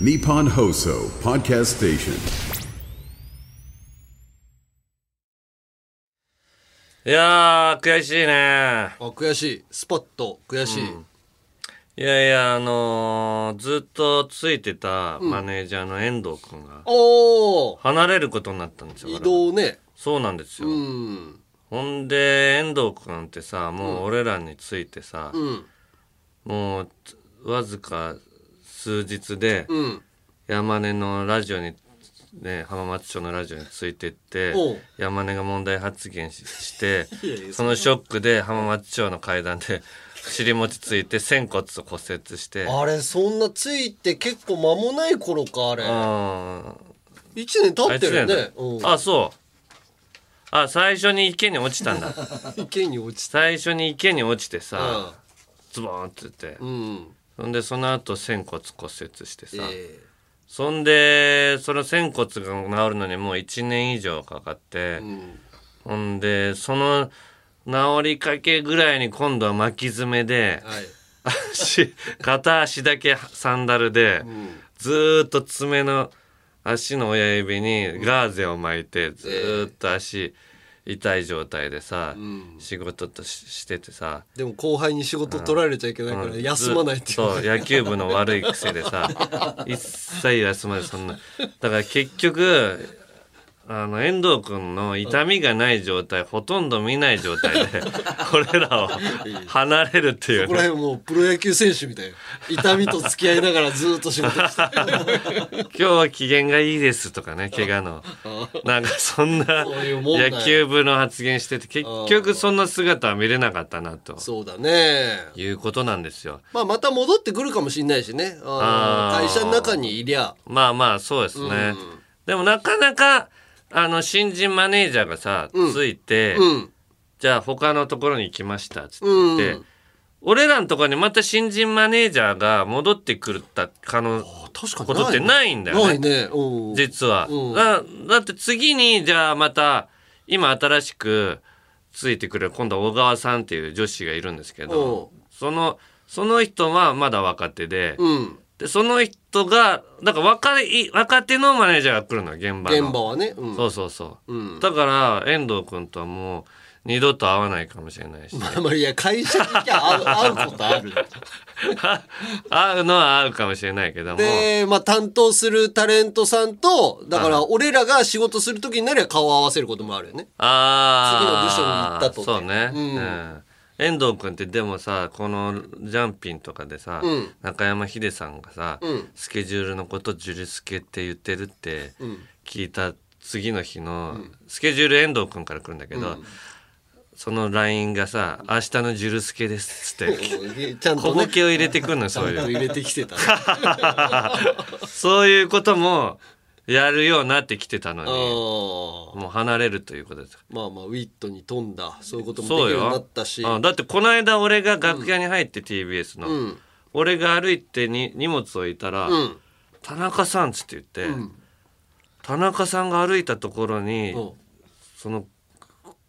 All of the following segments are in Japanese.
Nippon Hoso Podcast Station. いやー、悔しいね。あ悔しいスポット悔しい、いやいや、あのー、ずっとついてたマネージャーの遠藤くんが、おお離れることになったんですよ。移我々動ねそうなんですよ。うんほんで、遠藤くんってさ、もう俺らについてさ、うんもう、わずか数日で、うん山根のラジオに、ね、浜松町のラジオについてっておう、山根が問題発言しして、 いやいやそのショックで浜松町の階段で尻餅ついて仙骨を骨折して、あれそんなついて結構間もない頃かあれあ一年あ経いっつだてるよねねう。んあ、そう。あ、最初に池に落ちたんだ。池に落ち最初に池に落ちてさ、たズボーンってってう。んそんで、その後、仙骨骨折してさ。えそんで、その仙骨が治るのにもう1年以上かかってえう、んほんで、その治りかけぐらいに今度は巻き爪で、はい足片足だけサンダルで、んずーっと爪の足の親指にガーゼを巻いて、ずーっと足痛い状態でさ、仕事とししててさでも後輩に仕事取られちゃいけないから休まないっていうそう野球部の悪い癖で さ一切休まないそんなだから結局あの遠藤君の痛みがない状態ほとんど見ない状態 で俺らを離れるっていうここらね辺もうプロ野球選手みたいな痛みと付き合いながらずっと仕事して 今日は機嫌がいいですとかね怪我のなんかそんなそういうもんだよ野球部の発言してて結局そんな姿は見れなかったなとそうだねいうことなんですよまあまた戻ってくるかもしれないしねああーの会社の中にいりゃまあまあそうですね、でもなかなかあの新人マネージャーがさ、ついて、うんじゃあ他のところに行きましたっつって言って、うん俺らのところにまた新人マネージャーが戻ってくるった可能確かにことってないんだよねないねうん実は、うんだだって次にじゃあまた今新しくついてくる今度は小川さんっていう女子がいるんですけどうそのその人はまだ若手で,、うんでその人がだから若い若手のマネージャーが来るのよ現場の現場はねうんそうそうそう、うんだから遠藤君とはもう二度と会わないかもしれ ないしあんまりいや会社に行きゃ会う会うこ とある会うのは会うかもしれないけどもでまあ担当するタレントさんとだから俺らが仕事する時になりゃ顔を合わせることもあるよ ねああ次の部署に行ったとそうね、ううんん遠藤君ってでもさこの「ジャンピン」とかでさ、うん中山秀さんがさ、うんスケジュールのこと「ジュリスケ」って言ってるって聞いた次の日の、スケジュール遠藤君から来るんだけど、その LINE がさ「明日のジュルスケです」っ つってちゃんと小ボねちケを入れてくるのそういゃんうと 入れてきてた ねそういうこともやるようになってきてたのあにーもう離れるということですまあまあウィットに富んだそういうこともできそうるようよになったしあだってこの間俺が楽屋に入って TBS の、うん俺が歩いてに荷物を置いたら「うん田中さん」っつって言って、田中さんが歩いたところに、うんその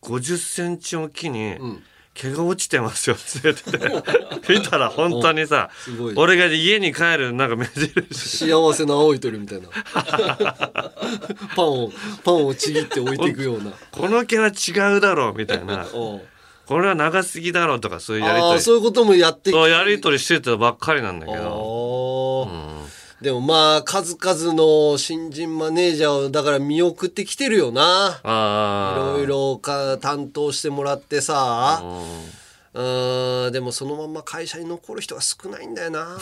50センチおきに、ん毛が落ちてますよっつって言って て見たら本当にさすごい俺が家に帰るなんか目印幸せな青い鳥みたいな パンをパンをちぎって置いていくようなこの毛は違うだろうみたいな おうこれは長すぎだろうとかそういうやりあとありそういうこともやってきてそうやりとりしてたばっかりなんだけど。おーでもまあ数々の新人マネージャーをだから見送ってきてるよなあいあろいろか担当してもらってさうーんでもそのまんま会社に残る人が少ないんだ よな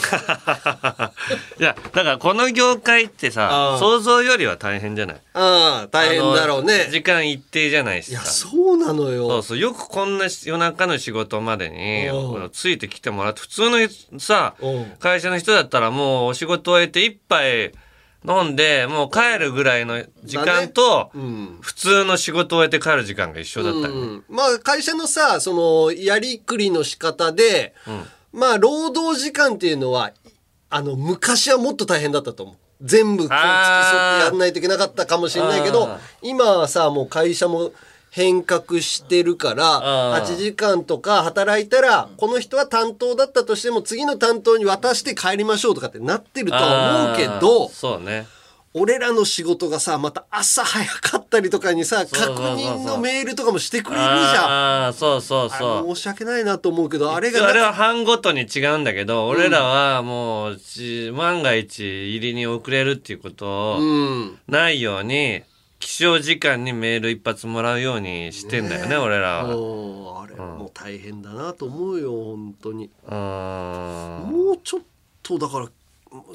いやだからこの業界ってうさん想像よりは大変じゃないうん大変だろうあのね時間一定じゃないいしやさそうなのそうよそうよくこんな夜中の仕事までにうんこのついてきてもらって普通のさうん会社の人だったらもうお仕事終えて一杯飲んでもう帰るぐらいの時間とうん普通の仕事終えて帰る時間が一緒だったりねうん、まあ会社のさそのやりくりの仕方で、まあ労働時間っていうのはいあの昔はもっと大変だったと思う全部こう付き添ってやんないといけなかったかもしれないけどあ今はさもう会社も変革してるからあー8時間とか働いたらこの人は担当だったとしても次の担当に渡して帰りましょうとかってなってるとは思うけあーどそうね俺らの仕事がさまた朝早かったりとかにさそうそう確認のメールとかもしてくれるじゃん。ああーそうそうあそう申し訳ないなと思うけどあれがなあれは班ごとに違うんだけど俺らはもうち万が一入りに遅れるっていうことをうんないように起床時間にメール一発もらうようにしてんだよね俺らは。もうあれもう大変だなと思うよ本当に。うーんもうちょっとだから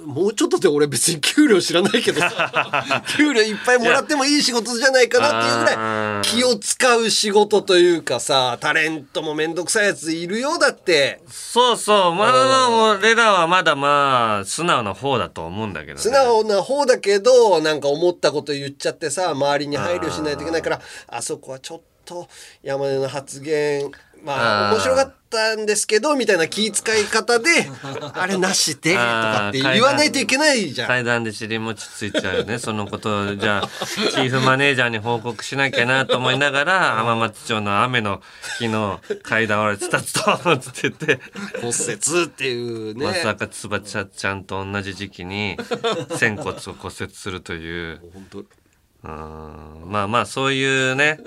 もうちょっとで俺別に給料知らないけど さ給料いっぱいもらってもいい仕事じゃないかなっていうぐらあーい気を使う仕事というかさタレントも面倒くさいやついるようだってそうそうまだ俺らはまだまあ素直な方だと思うんだけど、ね、素直な方だけどなんか思ったこと言っちゃってさ周りに配慮しないといけないからあそこはちょっと山根の発言まああー面白かったんですけどみたいな気遣い 方であれなしでとかって言わないといけないじゃん。階段で尻餅ついちゃうよね そのことをじゃあチーフマネージャーに報告しなきゃなと思いながら浜松町の雨の日の階段を俺つたつたつって言って。骨折っていうね。まさかつばちゃちゃんと同じ時期 に仙骨を骨折するという本当うーんまあまあそういうね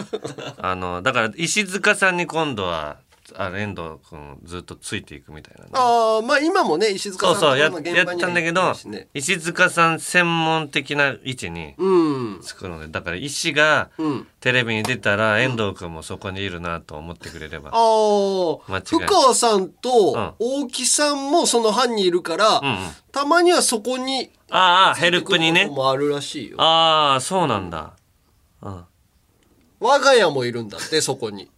あのだから石塚さんに今度はあ遠藤君ずっとついていくみたいなね、ああ、まあ今もね、石そ塚うさんそうやの現やっ場にたんだけは行どってますね石塚さん専門的な位置にうん。つくのでだから石がうんテレビに出たら遠藤君もそこにいるなと思ってくれれば、ああ間違、い深川さんとん大木さんもその班にいるから、んうんたまにはそこにああヘルプに行くねこともあるらしいよ。ああそうなんだ、うん、我が家もいるんだって、そこに。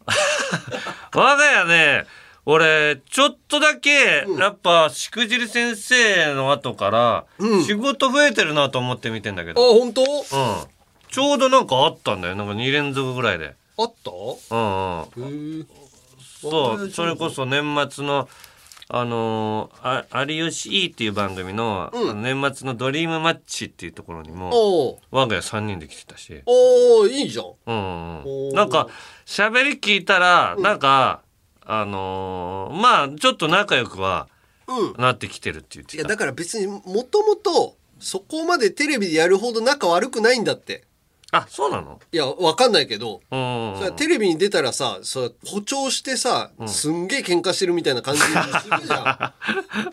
我が家ね、俺、ちょっとだけ、やっぱ、しくじり先生の後から、仕事増えてるなと思って見てんだけあ、ど、うん。本当ちょうどなんかあったんだよ。なんか2連続ぐらいで。あったうんうん。へーそう、それこそ年末の、あのーあ、有吉 E っていう番組の、あの年末のドリームマッチっていうところにも、おー我が家3人で来てたし、おーいいじゃん。うんうんおうーん、なんか喋り聞いたら、なんかあのーまあちょっと仲良くはうん。なってきてるって言っいてや、ただから別にもともと、そこまでテレビでやるほど仲悪くないんだって。あそうなのいや、わかんないけど。うんうんそうんれテレビに出たらさそれ誇張してさ、すんげえ喧嘩してるみたいな感じにするじゃ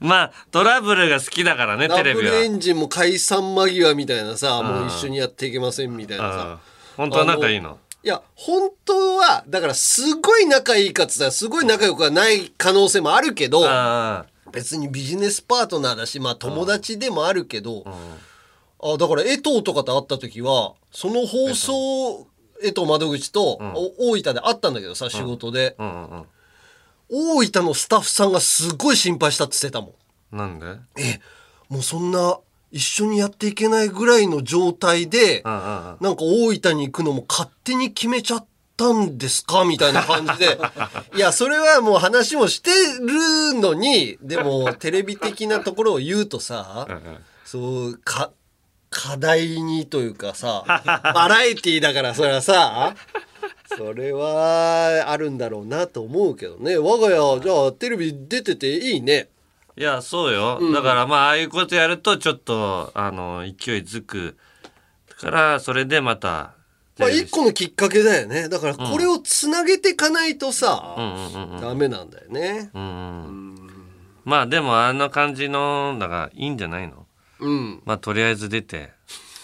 まあトラブルが好きだからねん テダブレビルエはンジンも解散間際みたいなさもう一緒にやっていけませんみたいなうんさ本当は仲いいのいや本当はだからすごい仲いいかっつったらすごい仲良くはない可能性もあるけどあ別にビジネスパートナーだしまあ友達でもあるけどあだから江藤とかと会った時はその放送江藤窓口と、お大分で会ったんだけどさ仕事で。あうんうん大分のスタッフさんがすごい心配したって言ってたもん。うんなんでえ、もうそんな一緒にやっていけないぐらいの状態で、うんうんうんなんか大分に行くのも勝手に決めちゃったんですかみたいな感じ で。いや、それはもう話もしてるのに、でもテレビ的なところを言うとさ、そう、か、課題にというかさ、バラエティーだからそれはさ、それはあるんだろうなと思うけどね。我が家、じゃあテレビ出てていいね。いやそうよ、だからまあああいうことやるとちょっとあの勢いづくからそれでまたテまあレビ一個のきっかけだよね。だからこれをつなげていかないとさ、ダメなんだよね。まあでもあんな感じのだがいいんじゃないのうん。まあとりあえず出て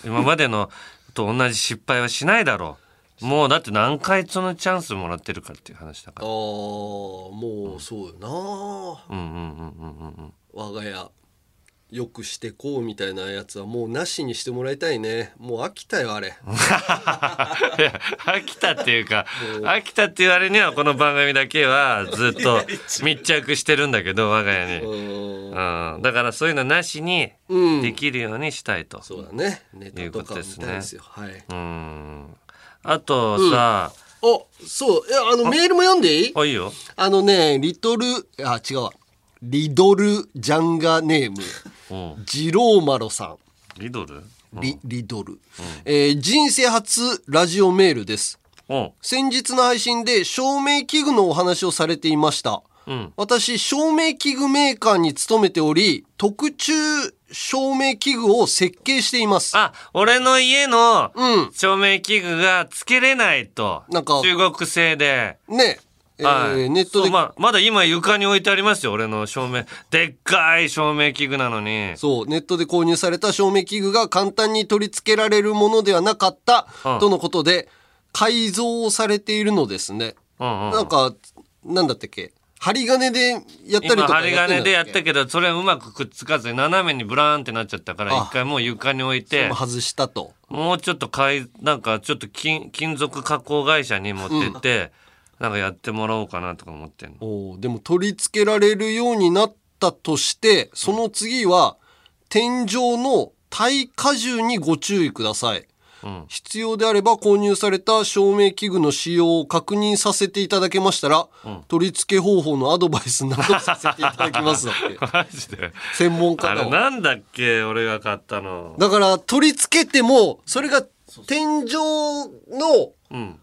今までのと同じ失敗はしないだろうもうだって何回そのチャンスもらってるかっていう話だかああ、らもうそうよな。うんうんうんうんうんうん我が家。よくしてこうみたいなやつはもうなしにしてもらいたいね。もう飽きたよ、あ れ。いや飽きたっていうか飽きたって言われにはこの番組だけはずっと密着してるんだけど我が家に、う。うんん、だからそういうのなしにうんできるようにしたいと、そうだね。ネいタうとこかとでも見すたねいですよ。はい。うんあとさ、あ、そう。え、あの、メールも読んでいいあいいよあのね、リトル、あ、違うわ。リドルジャンガ ネーム、うんジローマロさリドルん。リ、リドル。えー人生初ラジオメールです。うん。先日の配信で照明器具のお話をされていました。うん。私、照明器具メーカーに勤めており、特注照明器具を設計しています。あ、俺の家のうん照明器具がつけれないと。なんか中国製で。ね、えーはいネットそでうまあ、まだ今床に置いてありますよ、俺の照明。でっかい照明器具なのに。そう、ネットで購入された照明器具が簡単に取り付けられるものではなかった、うんとのことで、改造されているのですね。うんうん。なんか、なんだったっけ針金でやったりと今か針やってんだ金っけでやったけど、それうまくくっつかずに斜めにブラーンってなっちゃったから、あ一回もう床に置いてもう、外したと。もうちょっとかい、なんかちょっと金金属加工会社に持ってって、なんかやってもらおうかなとか思ってんの。おーでも取り付けられるようになったとして、その次は、天井の耐荷重にご注意ください。うん必要であれば購入された照明器具の使用を確認させていただけましたら、取り付け方法のアドバイスなどさせていただきますだ って。マジで。専門あ家だれわなんだっけ俺が買ったの。だから取り付けても、それが天井のうん。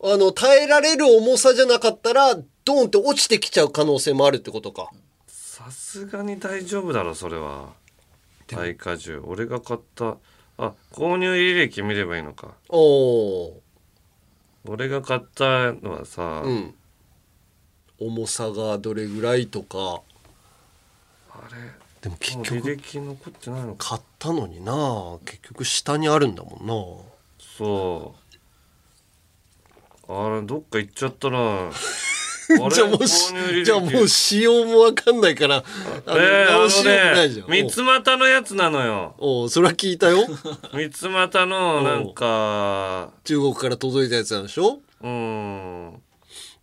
あの、耐えられる重さじゃなかったら、ドーンって落ちてきちゃう可能性もあるってことか。さすがに大丈夫だろ、それは。耐荷重。俺が買った。あ、購入履歴見ればいいのか。おー。俺が買ったのはさ、うん。重さがどれぐらいとか。あれ、でも結もう局履歴残ってないのか。買ったのにな結局下にあるんだもそう。あれ、どっか行っちゃったな。あんな じゃあもう購入履し、歴じゃあもう仕様もわかんないから、あええ直しようもないじゃあん。のね、三つ股のやつなのよ。おうおうそれは聞いたよ。 三つ股の、なんか、中国から届いたやつなんでしょうん。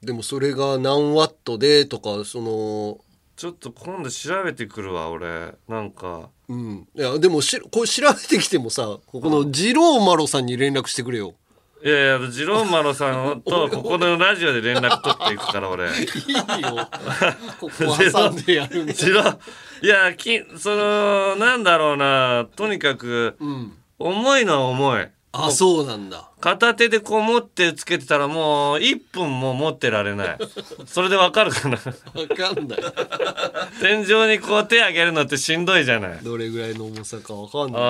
でもそれが何ワットでとか、その、ちょっと今度調べてくるわ、俺。なんか。うん。いや、でもし、これ調べてきてもさ、ここのジローマロさんに連絡してくれよ。いやいや、ジローマロさん と、ここのラジオで連絡取っていくから、俺。いいよ。 ここ挟んでやるんだ。ジロー、いや、き、その、なんだろうな、とにかく、うん。重いのは重い。あ、そうなんだ。片手でこう持ってつけてたらもう1分も持ってられない。それでわかる かなわかんない。天井にこう手あげるのってしんどいじゃない。どれぐらいの重さかわかんない。あ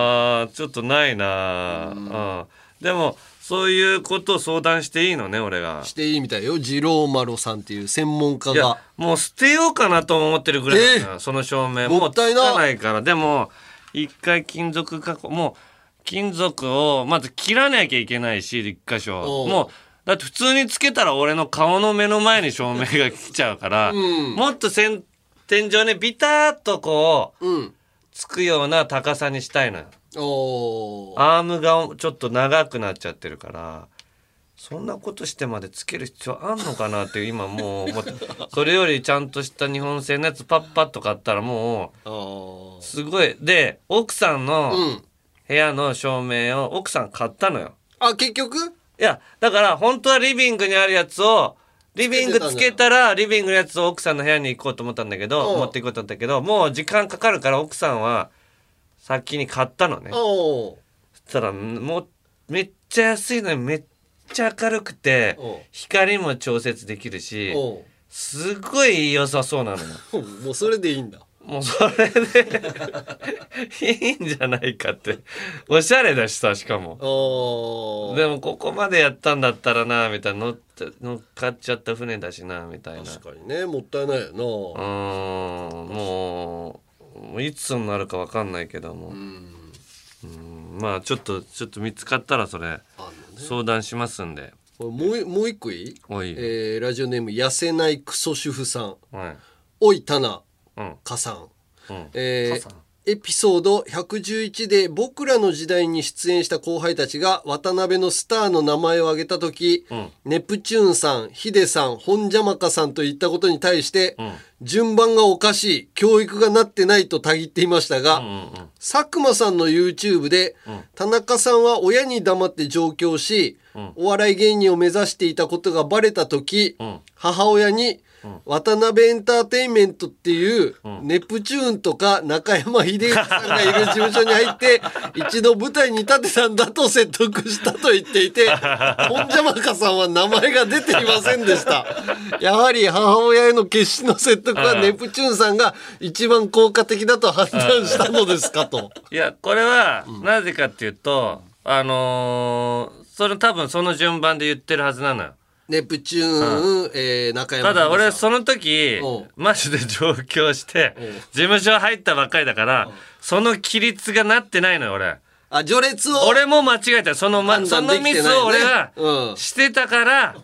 ーちょっとないなあでもそういうことを相談していいのね俺がしていいみたいよ。ジローマロさんっていう専門家いやが。もう捨てようかなと思ってるぐらいだなえその照明もったいなもうつかないからでも一回金属加工もう金属をまず切らなきゃいけないし一箇お所うもうだって普通につけたら俺の顔の目の前に照明が来ちゃうから、もっとせん天井ねビターっとこううん。つくような高さにしたいのよおーアームがちょっと長くなっちゃってるからそんなことしてまでつける必要あんのかなって今もう 思ってそれよりちゃんとした日本製のやつパッパッと買ったらもあーうすごいで奥さんのうん。部屋の照明を奥さん買ったのよあ、結局いやだから本当はリビングにあるやつをリビングつけたらリビングのやつを奥さんの部屋に行こうと思ったんだけどうん持っていこうと思ったけどもう時間かかるから奥さんは先に買ったのねおーそしたらもうめっちゃ安いのにめっちゃ明るくておう光も調節できるしおすごい良さそうなの よーもうそれでいいんだ。もうそれでいいんじゃないかっておしゃれだしさしかもおーでもここまでやったんだったらなみたいな乗って乗っかっちゃった船だしなみたいな確かにね、もったいないような。ーんもうもういつになるかわかんないけどもうん。うんまあちょっとちょっと見つかったらそれあのね。相談しますんでこれもうい、もう一個いいおいよえーラジオネーム、痩せないクソ主婦さん。はいおい、タナ。うん加さん。うんえー加さんエピソード111で僕らの時代に出演した後輩たちが渡辺のスターの名前を挙げた時、んネプチューンさん、ヒデさん、本邪魔かさんと言ったことに対して、ん順番がおかしい、教育がなってないとたぎっていましたが、うんうん佐久間さんの YouTube で、田中さんは親に黙って上京し、お笑い芸人を目指していたことがバレた時、ん母親に渡辺エンターテインメントっていう、ネプチューンとか中山秀幸さんがいる事務所に入 って、一度舞台に立てたんだと説得したと言ってい て、本邪魔かさんは名前が出ていませんでした。やはり母親への決死の説得はネプチューンさんが一番効果的だと判断したのですかと。いやこれはなぜかっていうと、あのーそれ多分その順番で言ってるはずなのよ ネプチューン、えー中山た秀だ幸俺さんその時うんマジで上京してん事務所入ったばっかりだからその規律がなってないのよ俺あ、序列を。俺も間違えたその,、ま、判そ断のできてミないねスを俺がうんしてた から、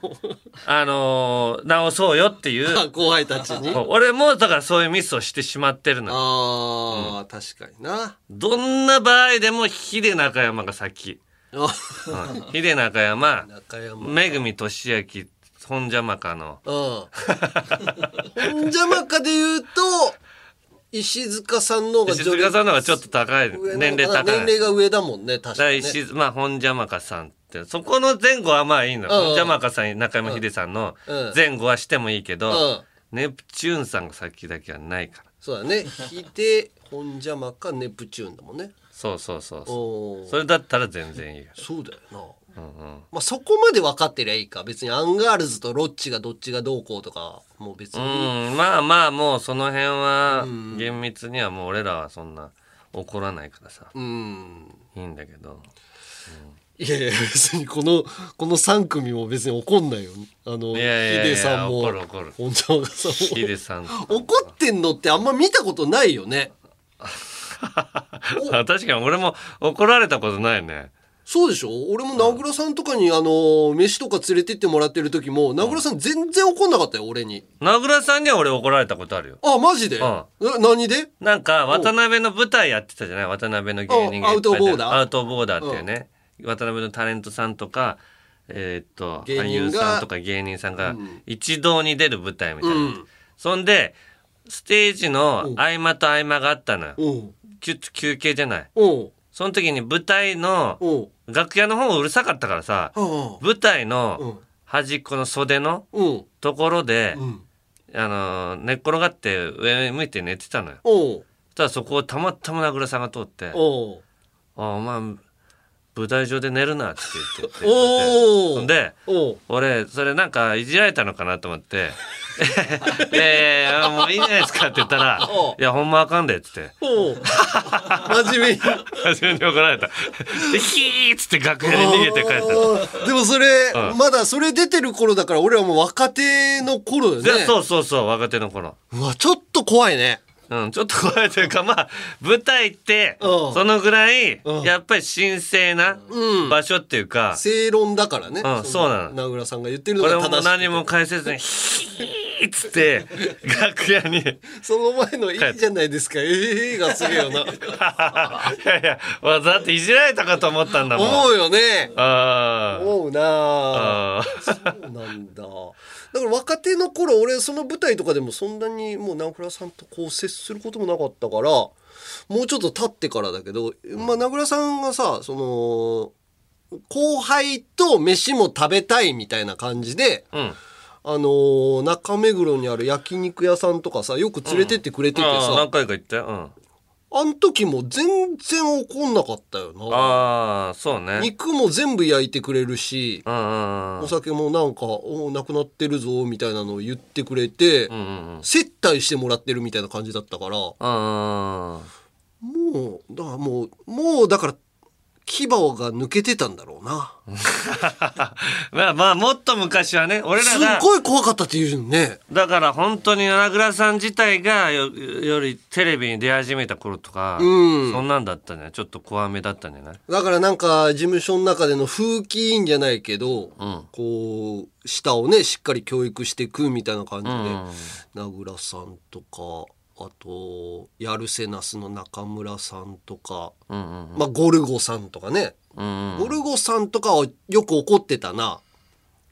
あのー直そうよっていうあ後輩たち に。あ俺もだからそういうミスをしてしまってるのよあ、確かにな。どんな場合でもヒデ中山が先あうんヒデ中山中山。うん。めぐみとしあき本邪魔かのほんじゃまかで言うと、石塚さんの方が石塚さんの方がちょっと高い上な年の齢かな高い年齢が上だもんね、確か第に、ね。一、まあ、本邪魔かさんって、そこの前後はまあいいの。うんうん本邪魔かさん、中山秀さんのうん前後はしてもいいけど、うんネプチューンさんがさっきだけはないから。そうだね。ひで、ほんじゃまか、ネプチューンだもんね。そうそうそうそおう。ーそれだったら全然いいよ。そうだよな。うんうん。まあ、そこまで分かってりゃいいか。別にアンガールズとロッチがどっちがどうこうとか、もう別に。うん、まあまあもうその辺は厳密にはもう俺らはそんな怒らないからさ、うんいいんだけどいやいや別にこのこの3組も別に怒んないよあのいやいやいやヒデさんも怒る怒る 本田さんヒデさんとも怒ってんのってあんま見たことないよねあ確かに俺も怒られたことないねそうでしょ俺も名倉さんとかにあの飯とか連れてってもらってる時も名倉さん全然怒んなかったよ俺に名倉さんには俺怒られたことあるよあマジでんな何でなんか渡辺の舞台やってたじゃない渡辺の芸人がいっぱい出てアウトボーダーアウトボーダーっていうね、渡辺のタレントさんとかえーっと芸人が俳優さんとか芸人さんが一堂に出る舞台みたいな、うんそんでステージの合間と合間があったのようんちょっと休憩じゃないうんその時に舞台のうん楽屋の方うるさかったからさうん舞台うのん端っこの袖のうんところで、うんあのー寝っ転がって上向いて寝てたのようんそしたらそこをたまたま名倉さんが通っておうあお前舞台上で寝るなって言っておーそんでおう俺それなんかいじられたのかなと思って 「いやいやいやもういいんじゃないですか」って言ったらお「いやほんまあかんで」っつっておう真面目に初めに怒られたでヒーっつって楽屋に 逃げて帰ったあーでもそれ、うんまだそれ出てる頃だから俺はもう若手の頃よねでそうそうそう若手の頃うわちょっと怖いねうん、ちょっと怖いというかまあ舞台ってうんそのぐらいうんやっぱり神聖な場所っていうか正論だからね、うんそうなの名倉さんが言ってるの俺がも正し何いも返せ ずにヒーっつって楽屋に。 その前の「いいじゃないですか」ええがするよ ないやいや、わだっていじられたかと思ったんだもん。思うよねあー思うなああー。そうなんだだから若手の頃俺その舞台とかでもそんなにもう名倉さんとこう接することもなかったからもうちょっと経ってからだけど、まあ、名倉さんがさその後輩と飯も食べたいみたいな感じで、うん。あのー中目黒にある焼肉屋さんとかさよく連れてってくれててあーさ、何回か行ったよ。うん。あん時も全然怒んなかったよなああ、そうね。肉も全部焼いてくれるし、うんうんうんお。酒もなんか「おおなくなってるぞ」みたいなのを言ってくれて、うんうんうん。接待してもらってるみたいな感じだったからもあうだからもうもうだから牙が抜けてたんだろうなあ。まあまあ、もっと昔はね、俺すらっが、ごい怖かったって言うのねだから本当に名倉さん自体がよ、よりテレビに出始めた頃とか、うんそんなんだったんじゃないちょっと怖めだったんじゃないだからなんか事務所の中での風紀委員じゃないけど、んこう舌をねしっかり教育していくみたいな感じで、うん名倉さんとかあとやるせなすの中村さんとか、うんうんまあ、ゴルゴさんとかねうん。うん。ゴルゴさんとかはよく怒ってたな。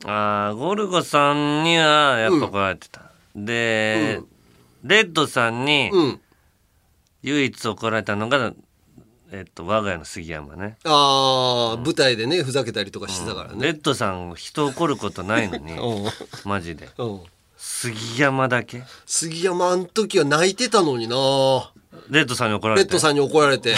あーゴルゴさんにはやっぱ怒られてた、で、レッドさんにうん。唯一怒られたのが、えっと我が家の杉山ねああ、舞台でね、ふざけたりとかしてたからね。レッドさん人怒ることないのにうん。マジでうん。杉山だけ杉山あの時は泣いてたのになレッドさんに怒られレてッドさんに怒られて。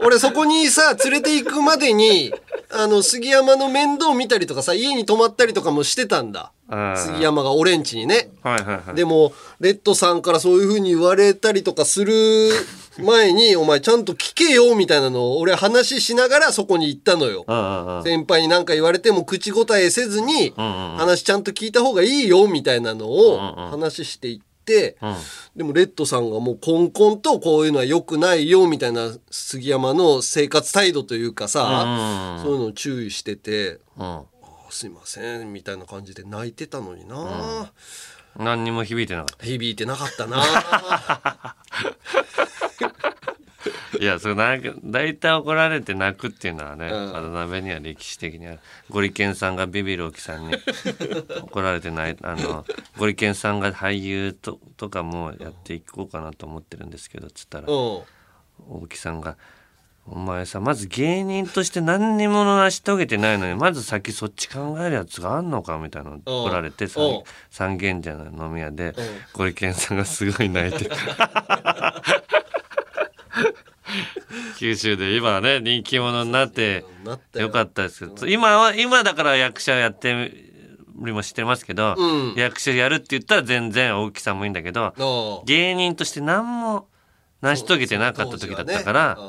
俺そこにさ、連れて行くまでに、あの、杉山の面倒見たりとかさ、家に泊まったりとかもしてたんだあ。あ杉山が俺ん家にね。はいはいはいでも、レッドさんからそういう風に言われたりとかする前に、お前ちゃんと聞けよ、みたいなのを俺話しながらそこに行ったのよ。うんうんうん先輩に何か言われても口答えせずに、んうん話ちゃんと聞いた方がいいよ、みたいなのをうんうん話していって、うんでもレッドさんがもうコンコンとこういうのは良くないよみたいな杉山の生活態度というかさ、うんそういうのを注意してて、うんあすいませんみたいな感じで泣いてたのにな、何にも響いてなかっ響いてなかったな た いやそれなんか大体怒られて泣くっていうのはねうん渡辺には歴史的にあるゴリケンさんがビビるおきさ んに怒られてないあのゴリケンさんが俳優ととかもやっていこうかなと思ってるんですけどっつったらうん大木さんが「お前さまず芸人として何にも成し遂げてないのにまず先そっち考えるやつがあんのか」みたいなの怒られてさうん三軒茶屋の飲み屋でゴリケンさんがすごい泣いてた 九州で今はね人気者になってなったよよかったですけど今は今だから役者やってりもしてますけど、うん役者やるって言ったら全然大木さんもいいんだけど、なあ芸人として何も成し遂げてなかった時だったから当時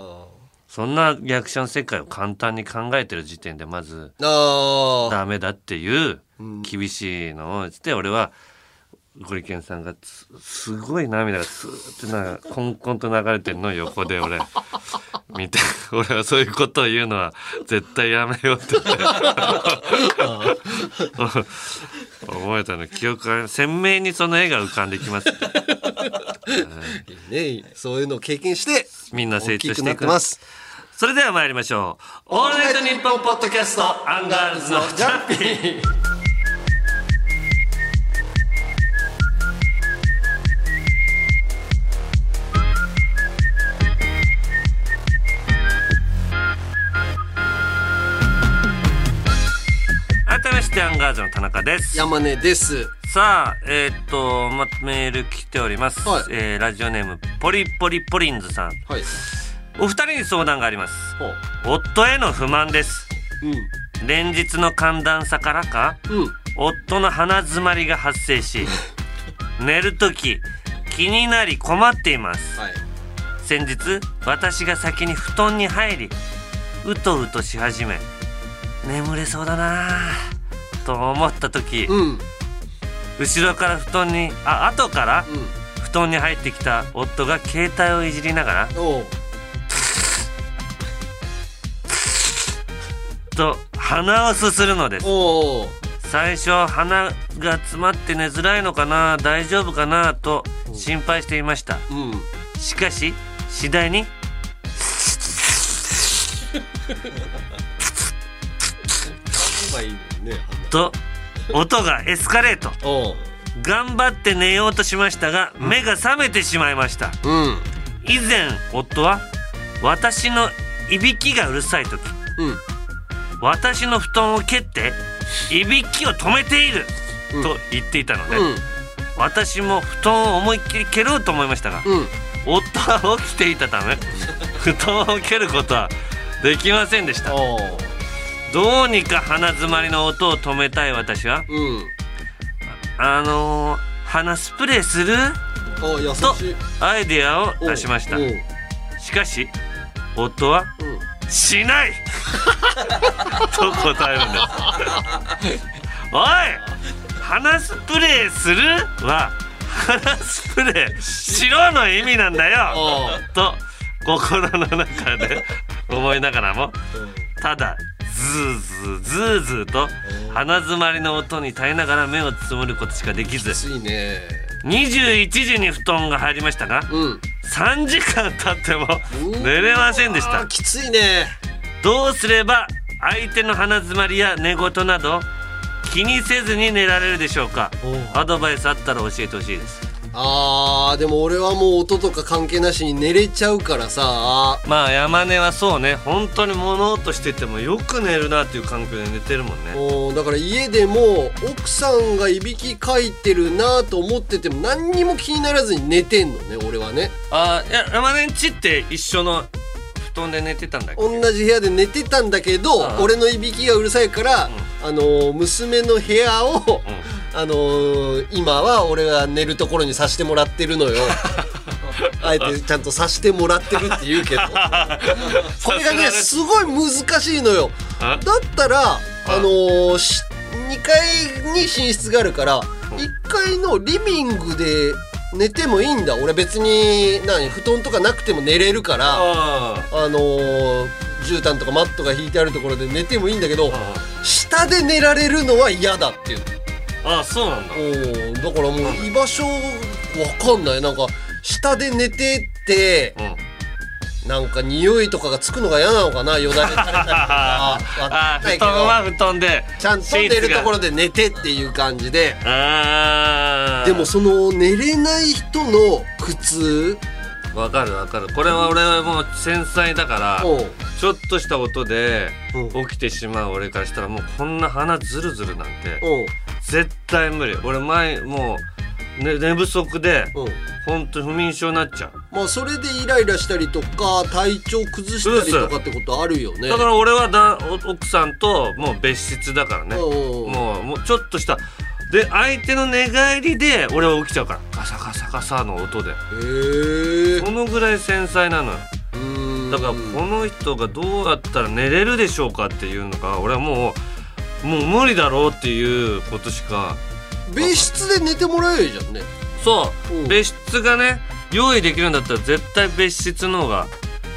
そ,、はねんな役者の世界を簡単に考えてる時点でまずうんなあダメだっていう厳しいのをして俺はゴリケンさんがつすごい涙がスーってなんかコンコンと流れてるのを横で 俺見て俺はそういうことを言うのは絶対やめようって 思えたの記憶が鮮明にその絵が浮かんできますいいねそういうのを経験してみんな成大長きしていくなっくてますそれでは参りましょう。オールナイトニッポンポッドキャスト、アンガールズのジャンピー。改めましてアンガールズの田中です。山根ですさあ、えーっと、ま、メール来ております。はいえーラジオネーム、ポリポリポリンズさん。はいお二人に相談があります。ほう夫への不満ですう連日の寒暖差からかんうん夫の鼻づまりが発生 し寝る時気になり困っていますはい先日私が先に布団に入りうとうとし始め眠れそうだなぁと思った時うんうん後ろから布団にあ後から布団に入ってきた夫が携帯をいじりながらおうと鼻をすするのですおう最初は鼻が詰まって寝づらいのかな大丈夫かなと心配していましたうんしかし次第にまあいいのにねと音がエスカレートおう頑張って寝ようとしましたが目が覚めてしまいましたうん以前夫は私のいびきがうるさい時うん私の布団を蹴っていびきを止めているうんと言っていたので、うん私も布団を思いっきり蹴ろうと思いましたがうん夫は起きていたた め布団を蹴ることはできませんでしたおうどうにか鼻づまりの音を止めたい私はうんあのー、鼻スプレーするお優としいアイデアをおう出しましたおうしかし夫はうん「しない! 」と答えるんですおい鼻スプレーするは鼻スプレーしろの意味なんだよおうと心の中で思いながらもただズーズーズーズーと鼻づまりの音に耐えながら目をつむることしかできずきついね21時に布団が入りましたがうん3時間経っても寝れませんでしあーたきついねどうすれば相手の鼻づまりや寝言など気にせずに寝られるでしょうかおうアドバイスあったら教えてほしいですあーでも俺はもう音とか関係なしに寝れちゃうからさまあ山根はそうね本当に物音しててもよく寝るなっていう環境で寝てるもんねもうだから家でも奥さんがいびきかいてるなと思ってても何にも気にならずに寝てんのね俺はねあいや山根んちって一緒の布団で寝てたんだっけ同じ部屋で寝てたんだけどああ俺のいびきがうるさいから、あのー娘の部屋を、あのー今は俺は寝るところにさしてもらってるの よあえてちゃんとさしてもらってるって言う けどこれがねさすすごい難しいのよだあったらあのーし2階に寝室があるから1階のリビングで寝てもいいんだ俺別に何布団とかなくても寝れるからああのー、絨毯とかマットが引いてあるところで寝てもいいんだけどああ下で寝られるのは嫌だっていうああそうなんだおーだからもう居場所わかんないなんか下で寝ててうんなんか匂いとかがつくのが嫌なのかなよだれ垂れたりとか あわかんな布いけど団は布団でちゃんと寝るところでで寝てっていう感じでああでもその寝れない人の苦痛わかるわかるこれは俺はもう繊細だからをちょっとした音でうん起きてしまう俺からしたらもうこんな鼻ズルズルなんてうん絶対無理俺前もう、ね、寝不足でうん本当に不眠症になっちゃうまあそれでイライラしたりとか体調崩したりとかってことあるよねだから俺はだお奥さんともう別室だからねうんもうもうちょっとしたで相手の寝返りで俺は起きちゃうからガサガサガサの音でへえこのぐらい繊細なのよだからこの人がどうやったら寝れるでしょうかっていうのが俺はもうもう無理だろうっていうことしか別室で寝てもらえるじゃんねそうんう別室がね用意できるんだったら絶対別室の方が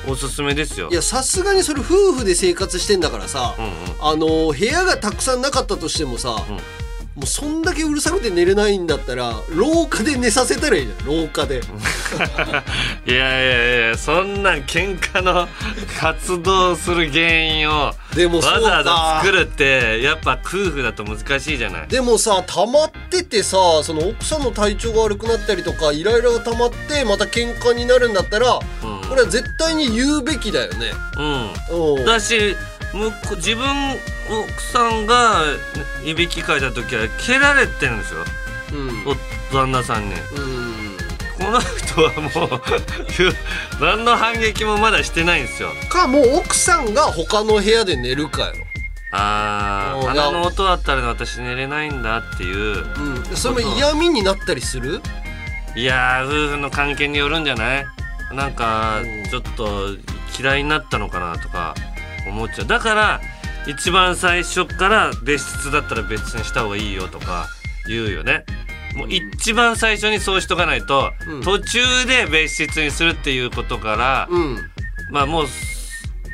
おすすめですよいやさすがにそれ夫婦で生活してんだからさ、うんうんあの部屋がたくさんなかったとしてもさ、んもうそんだけうるさくて寝れないんだったら廊下で寝させたらいいじゃん廊下で、 いやいやいやそんなん喧嘩の活動する原因をでもそわうざかわざ作るってやっぱ夫婦だと難しいじゃないでもさ溜まっててさその奥さんの体調が悪くなったりとかイライラが溜まってまた喧嘩になるんだったら、んこれは絶対に言うべきだよねうんうんだし向こう自分奥さんがいびきかいた時は蹴られてるんですようんお旦那さんにうんこの人はもう 何の反撃もまだしてないんですよかもう奥さんが他の部屋で寝るかよ、あおあいや鼻の音だったら私寝れないんだっていううん、それも嫌味になったりするいやー夫婦の関係によるんじゃないなんかうんちょっと嫌いになったのかなとか思っちゃうだから一番最初から別室だったら別にした方がいいよとか言うよねもう一番最初にそうしとかないと、うん途中で別室にするっていうことから、うんまあもう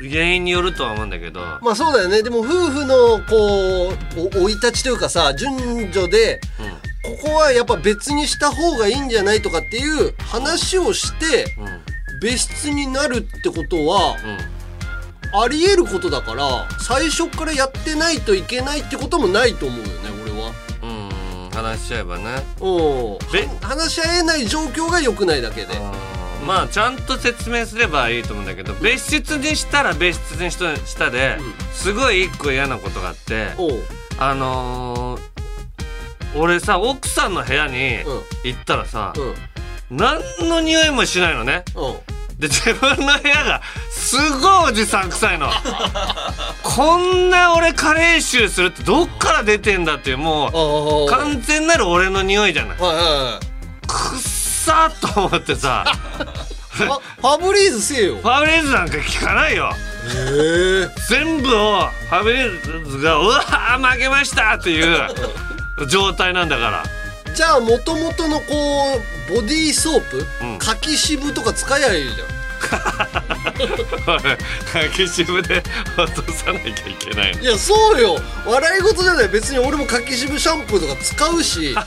原因によるとは思うんだけど、まあそうだよねでも夫婦のこう生い立ちというかさ順序でうここはやっぱ別にした方がいいんじゃないとかっていう話をしてんうん別室になるってことはうんありえることだから最初からやってないといけないってこともないと思うよね俺は。うん話しちゃえばねうんえは話し合えない状況が良くないだけで。まあちゃんと説明すればいいと思うんだけど別室にしたら別室にしたでうんすごい一個嫌なことがあっておうあのー俺さ奥さんの部屋にうん行ったらさうん何の匂いもしないのねうんで自分の部屋がすごいおじさん臭 いのこんな俺加齢臭するってどっから出てんだっていうもああう完全なる俺の匂いじゃないはいはくっさーと思って さいはいファファブリーズせえよファブリーズなんか聞かないよへえ全部をファブリーズが「うわー負けました!」っていう状態なんだから じゃあもともとのこうボディーソープ、うん柿渋とか使えばいいじゃん柿渋で落とさなきゃいけないのいやそうよ笑い事じゃない別に俺も柿渋シャンプーとか使う しみんなや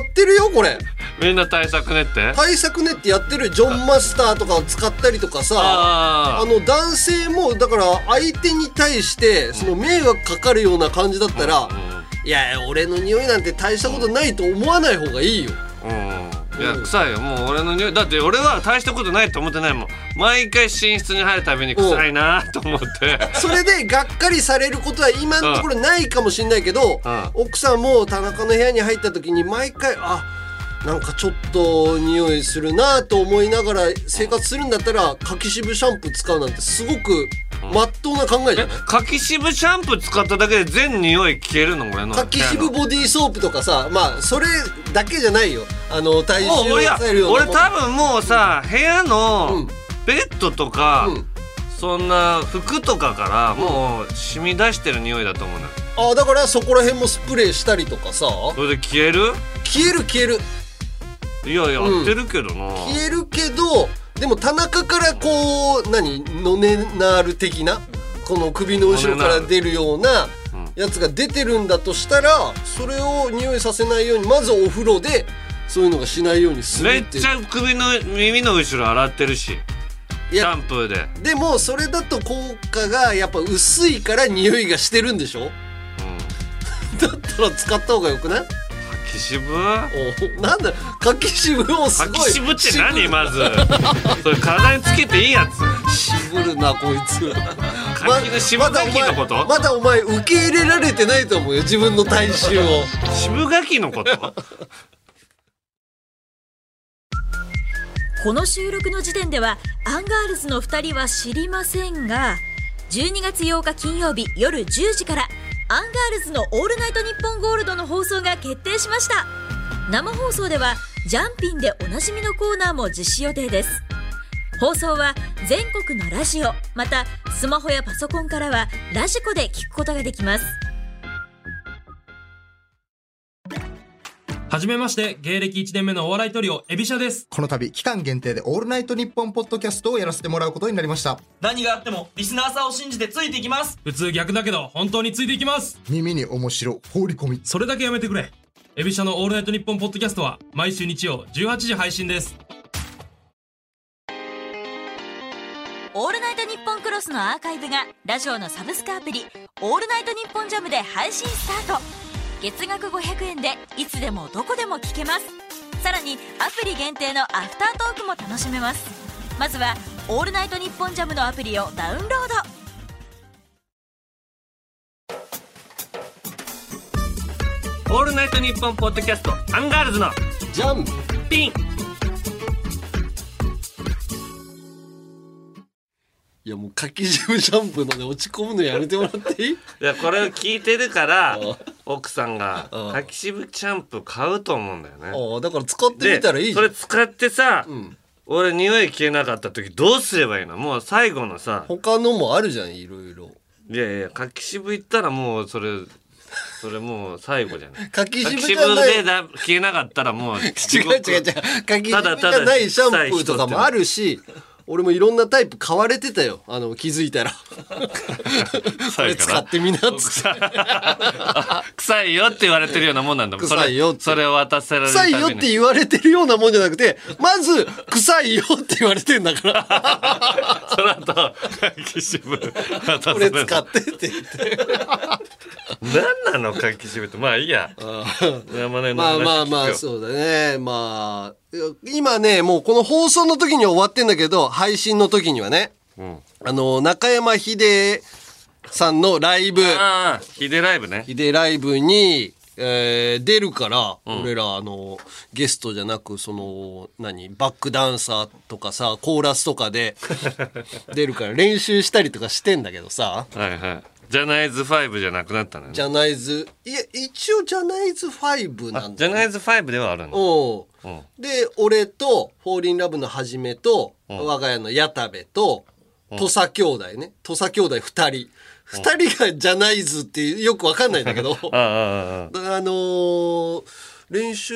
ってるよこれみんな対策ねって対策ねってやってるジョンマスターとかを使ったりとかさああの男性もだから相手に対してその迷惑かかるような感じだったら、あいや俺の匂いなんて大したことないと思わない方がいいようん、うんいや臭いよもう俺の匂いだって俺は大したことないと思ってないもん毎回寝室に入るたびに臭いなと思ってそれでがっかりされることは今のところないかもしれないけど、うん奥さんも田中の部屋に入った時に毎回あなんかちょっと匂いするなと思いながら生活するんだったら柿渋シャンプー使うなんてすごくまっとうな考えじゃない、柿渋シャンプー使っただけで全匂い消えるの俺の柿渋ボディーソープとかさまあそれだけじゃないよあの体臭もをう俺や抑えるような俺もの多分もうさ部屋うのんベッドとか、うんそんな服とかからもう染み出してる匂いだと思うのよあだからそこら辺もスプレーしたりとかさそれで消える消える消えるいややうんってるけどな、消えるけどでも田中からこう何ノネナール的なこの首の後ろから出るようなうんやつが出てるんだとしたらそれを匂いさせないようにまずお風呂でそういうのがしないようにするめっってちゃ首の耳の後ろ洗ってるしいシャやンプーででもそれだと効果がやっぱ薄いから匂いがしてるんでしょ だったら使った方がよくない柿渋おなんだ柿渋をすごい柿渋って何渋まずそれ体につけていいやつ渋るなこいつ柿の渋柿のこまと、まだお前まだお前受け入れられてないと思うよ自分の体臭を渋柿の ことこの収録の時点ではアンガールズの2人は知りませんが12月8日金曜日夜10時からアンガールズの「オールナイトニッポンゴールド」の放送が決定しました生放送ではジャンピンでおなじみのコーナーも実施予定です放送は全国のラジオまたスマホやパソコンからはラジコで聞くことができますはじめまして、芸歴1年目のお笑いトリオ、エビシャです。この度、期間限定でオールナイトニッポンポッドキャストをやらせてもらうことになりました。何があってもリスナーさんを信じてついていきます普通逆だけど、本当についていきます。耳に面白、放り込み。それだけやめてくれ。エビシャのオールナイトニッポンポッドキャストは、毎週日曜18時配信です。 「オールナイトニッポンクロス」のアーカイブがラジオのサブスクアプリ「オールナイトニッポンジャムで配信スタート月額500円でいつでもどこでも聞けますさらにアプリ限定のアフタートークも楽しめますまずは「オールナイトニッポンジャムのアプリをダウンロード「オールナイトニッポン」ポッドキャストアンガールズのジャンピンいやもう柿渋シャンプーのね落ち込むのやめてもらっていいいやこれを聞いてるからん奥さんがうん柿渋シャンプー買うと思うんだよね ああだから使ってみたらいいじそゃんれ使ってさ、ん俺匂い消えなかった時どうすればいいのもう最後のさ他のもあるじゃんいろいろいやいや柿渋行ったらもうそれそれもう最後じゃない柿渋柿じ渋ゃないでだ消えなかったらもう違う 違う違う違う柿渋じたゃだただないシャンプーとかもあるし俺もいろんなタイプ買われてたよあの気づい たらこれ使ってみなっつって 臭いよって言われてるようなもんなんだもんそれ臭いよってそれを渡せられるため臭いによって言われてるようなもんじゃなくてまず臭いよって言われてんだか らその後柿渋渡せこられれる使ってって言って何なの柿渋ってまあいいや山根のま話聞あくよまあまあそうだねまあ今ねもうこの放送の時には終わってんだけど配信の時にはね、あの中山秀さんのライブああヒデライブね秀ライブに、えー出るから、俺らあのゲストじゃなくその何バックダンサーとかさコーラスとか で出るから練習したりとかしてんだけどさはいはいジャナイズ5じゃなくなったのよねジャナイズいや一応ジャナイズ5なんジだャナイズ5ではあるのおううんで俺と「フォーリンラブのはじめと、我が家の矢田部と土佐兄弟ね土佐兄弟2人2人が「じゃないず」っていうよくわかんないんだけど ああ あああああのー練習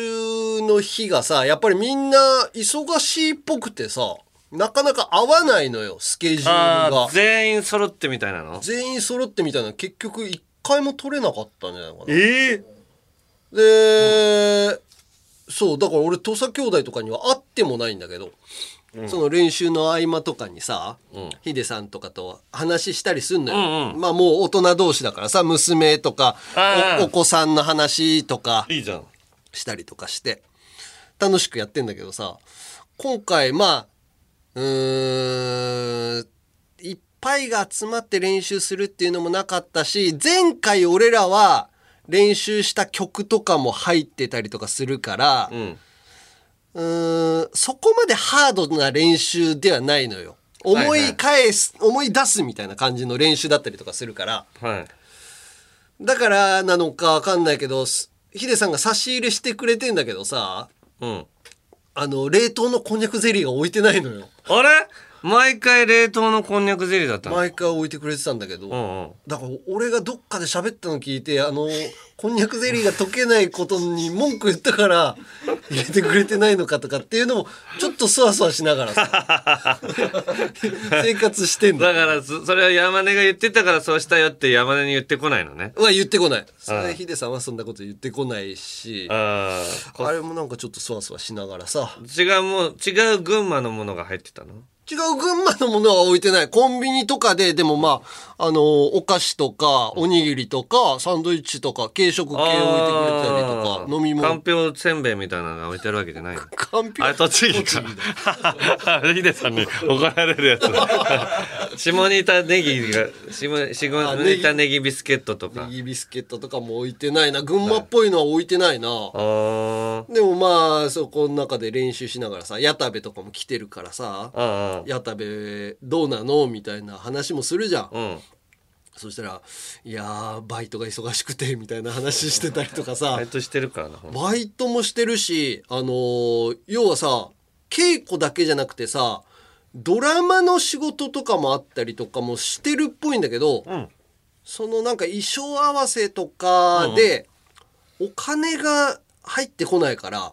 の日がさやっぱりみんな忙しいっぽくてさなかなか合わないのよスケジュールあがあ全員揃ってみたいなの全員揃ってみたいな結局1回も取れなかったんじゃないかなええで、そうだから俺土佐兄弟とかには会ってもないんだけど、その練習の合間とかにさ、ヒデさんとかと話したりすんのよ、うんうまあもう大人同士だからさ娘とかああおお子さんの話とかいいじゃんしたりとかして楽しくやってんだけどさ今回まあうーんいっぱいが集まって練習するっていうのもなかったし前回俺らは練習した曲とかも入ってたりとかするから、うん。うーんそこまでハードな練習ではないのよ。思い返す、思い出すみたいな感じの練習だったりとかするから。はい。だからなのかわかんないけど、すヒデさんが差し入れしてくれてんだけどさ、うん。あの、冷凍のこんにゃくゼリーが置いてないのよ。あれ毎回冷凍のこんにゃくゼリーだったの。毎回置いてくれてたんだけど。うんうん。だから俺がどっかで喋ったの聞いてあのこんにゃくゼリーが溶けないことに文句言った から入れてくれてないのかとかっていうのもちょっとそわそわしながらさ 生活してんだだからそ、それは山根が言ってたからそうしたよって山根に言ってこないのね。は言ってこないそああれヒデさんはそんなこと言ってこないしあああ。れもなんかちょっとそわそわしながらさ違うもう、違う群馬のものが入ってたの違う群馬のものは置いてないコンビニとかででもまああのお菓子とかおにぎりとかサンドイッチとか軽食系置いてくれたりとか飲みかん物ぴょうせんべいみたいなのが置いてるわけじゃないの。かんぴょあうれ栃木か。 ヒデさんに怒られる やつだ。下ネタネギが、下下ネタネギビスケットとか。ネギビスケットとかも置いてないな群馬っぽいのは置いてないな、あーでもまあそこの中で練習しながらさ矢田部とかも来てるからさあー。あー矢田部どうなのみたいな話もするじゃん、うん。そしたら「いやーバイトが忙しくて」みたいな話してたりとかさ バイトしてるからな。ほんとバイトもしてるしあのー要はさ稽古だけじゃなくてさドラマの仕事とかもあったりとかもしてるっぽいんだけど、んそのなんか衣装合わせとかでお金が入ってこないから、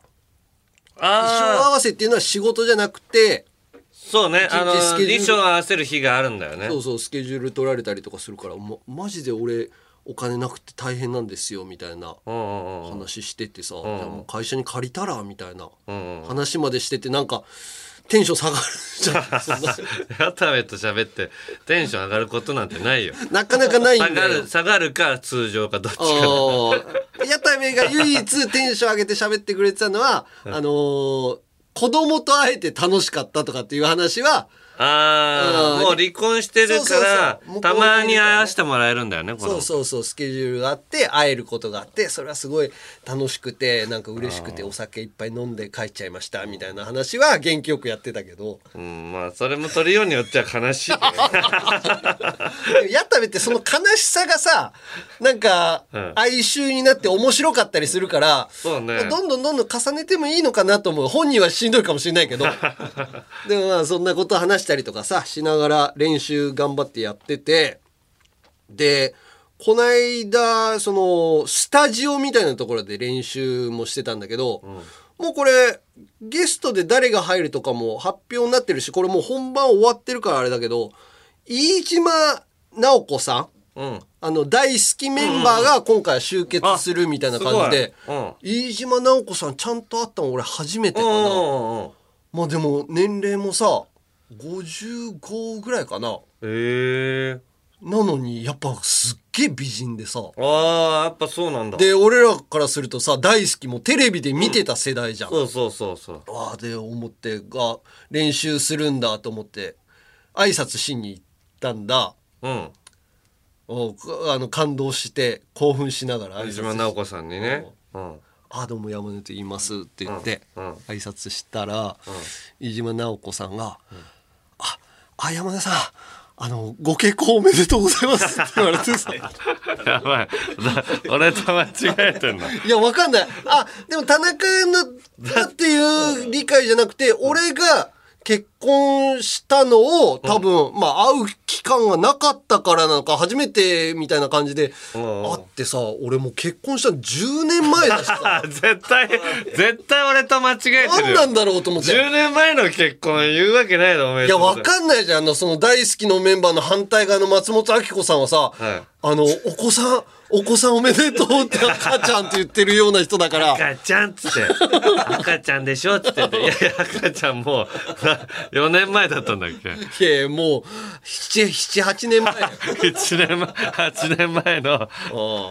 衣装合ああ。わせっていうのは仕事じゃなくてそうね。あの、一日スケジュ衣ール装合わせる日があるんだよね。そうそうスケジュール取られたりとかするから、ま、マジで俺お金なくて大変なんですよみたいなうんうんうん。話しててさ、んじゃあもう会社に借りたらみたいな。うんうん。話までしててなんかテンション下がるじゃんそんなヤタメと喋ってテンション上がることなんてないよ。なかなかない下んがだよる、下がるか通常かどっちか。あー屋台が唯一テンション上げて喋ってくれてたのはあのー子供と会えて楽しかったとかっていう話はああ、うんもう離婚してるからそうそうそうもうこういうたまに会わせてもらえるんだよね、こそのう。そうそうスケジュールがあって会えることがあってそれはすごい楽しくてなんか嬉しくてお酒いっぱい飲んで帰っちゃいましたみたいな話は元気よくやってたけどうん、まあ、それも取りようによっては悲 しいよね。でも矢田部ってその悲しさがさなんかうん哀愁になって面白かったりするから、そうねどんどんどんどん重ねてもいいのかなと思う本人はしんどいかもしれないけ どでもまあそんなこと話したりとかさしながら練習頑張ってやっててでこないだそのスタジオみたいなところで練習もしてたんだけど、もうこれゲストで誰が入るとかも発表になってるしこれもう本番終わってるからあれだけど飯島直子さんうん。あの大好きメンバーが今回集結するみたいな感じで、すごいうん飯島直子さんちゃんと会ったの俺初めてかうんうな。んうんうん。まあでも年齢もさ55ぐらいかな。ええなのにやっぱすっげえ美人でさ。ああ、やっぱそうなんだ。で俺らからするとさ大好きもテレビで見てた世代じゃん。そうそうそうそう。わあで思ってが練習するんだと思って挨拶しに行ったんだうん。おかあの感動して興奮しながら挨拶飯し島直子さんにね。うん。あどうも山根と言います」って言ってうんうん挨拶したら、飯島直子さんが「ああ山根さんあのご結婚おめでとうございます」って言われて さいやばい。だ俺と間違えてんの。やわかんないあでも田中のだっていう理解じゃなくて俺が結婚したのを多分、まあ会う期間がなかったからなのか初めてみたいな感じで、うんうん会ってさ俺もう結婚したの10年前だ しさ あ絶対、絶対俺と間違えてるよ。何なんだろうと思って。 10年前の結婚言うわけないのおめいでとや、うござわいかんないじゃん。あの、その大好きのメンバーの反対側の松本明子さんはさ、はいあの、お子さん、お子さんおめでとうって母ちゃんって言ってるような人 だから、赤ちゃんっつって赤ちゃんでしょっつってていやいや赤ちゃんもう4年前だったんだっけいやいやもう、七、七、八 年前。 1年前8年前の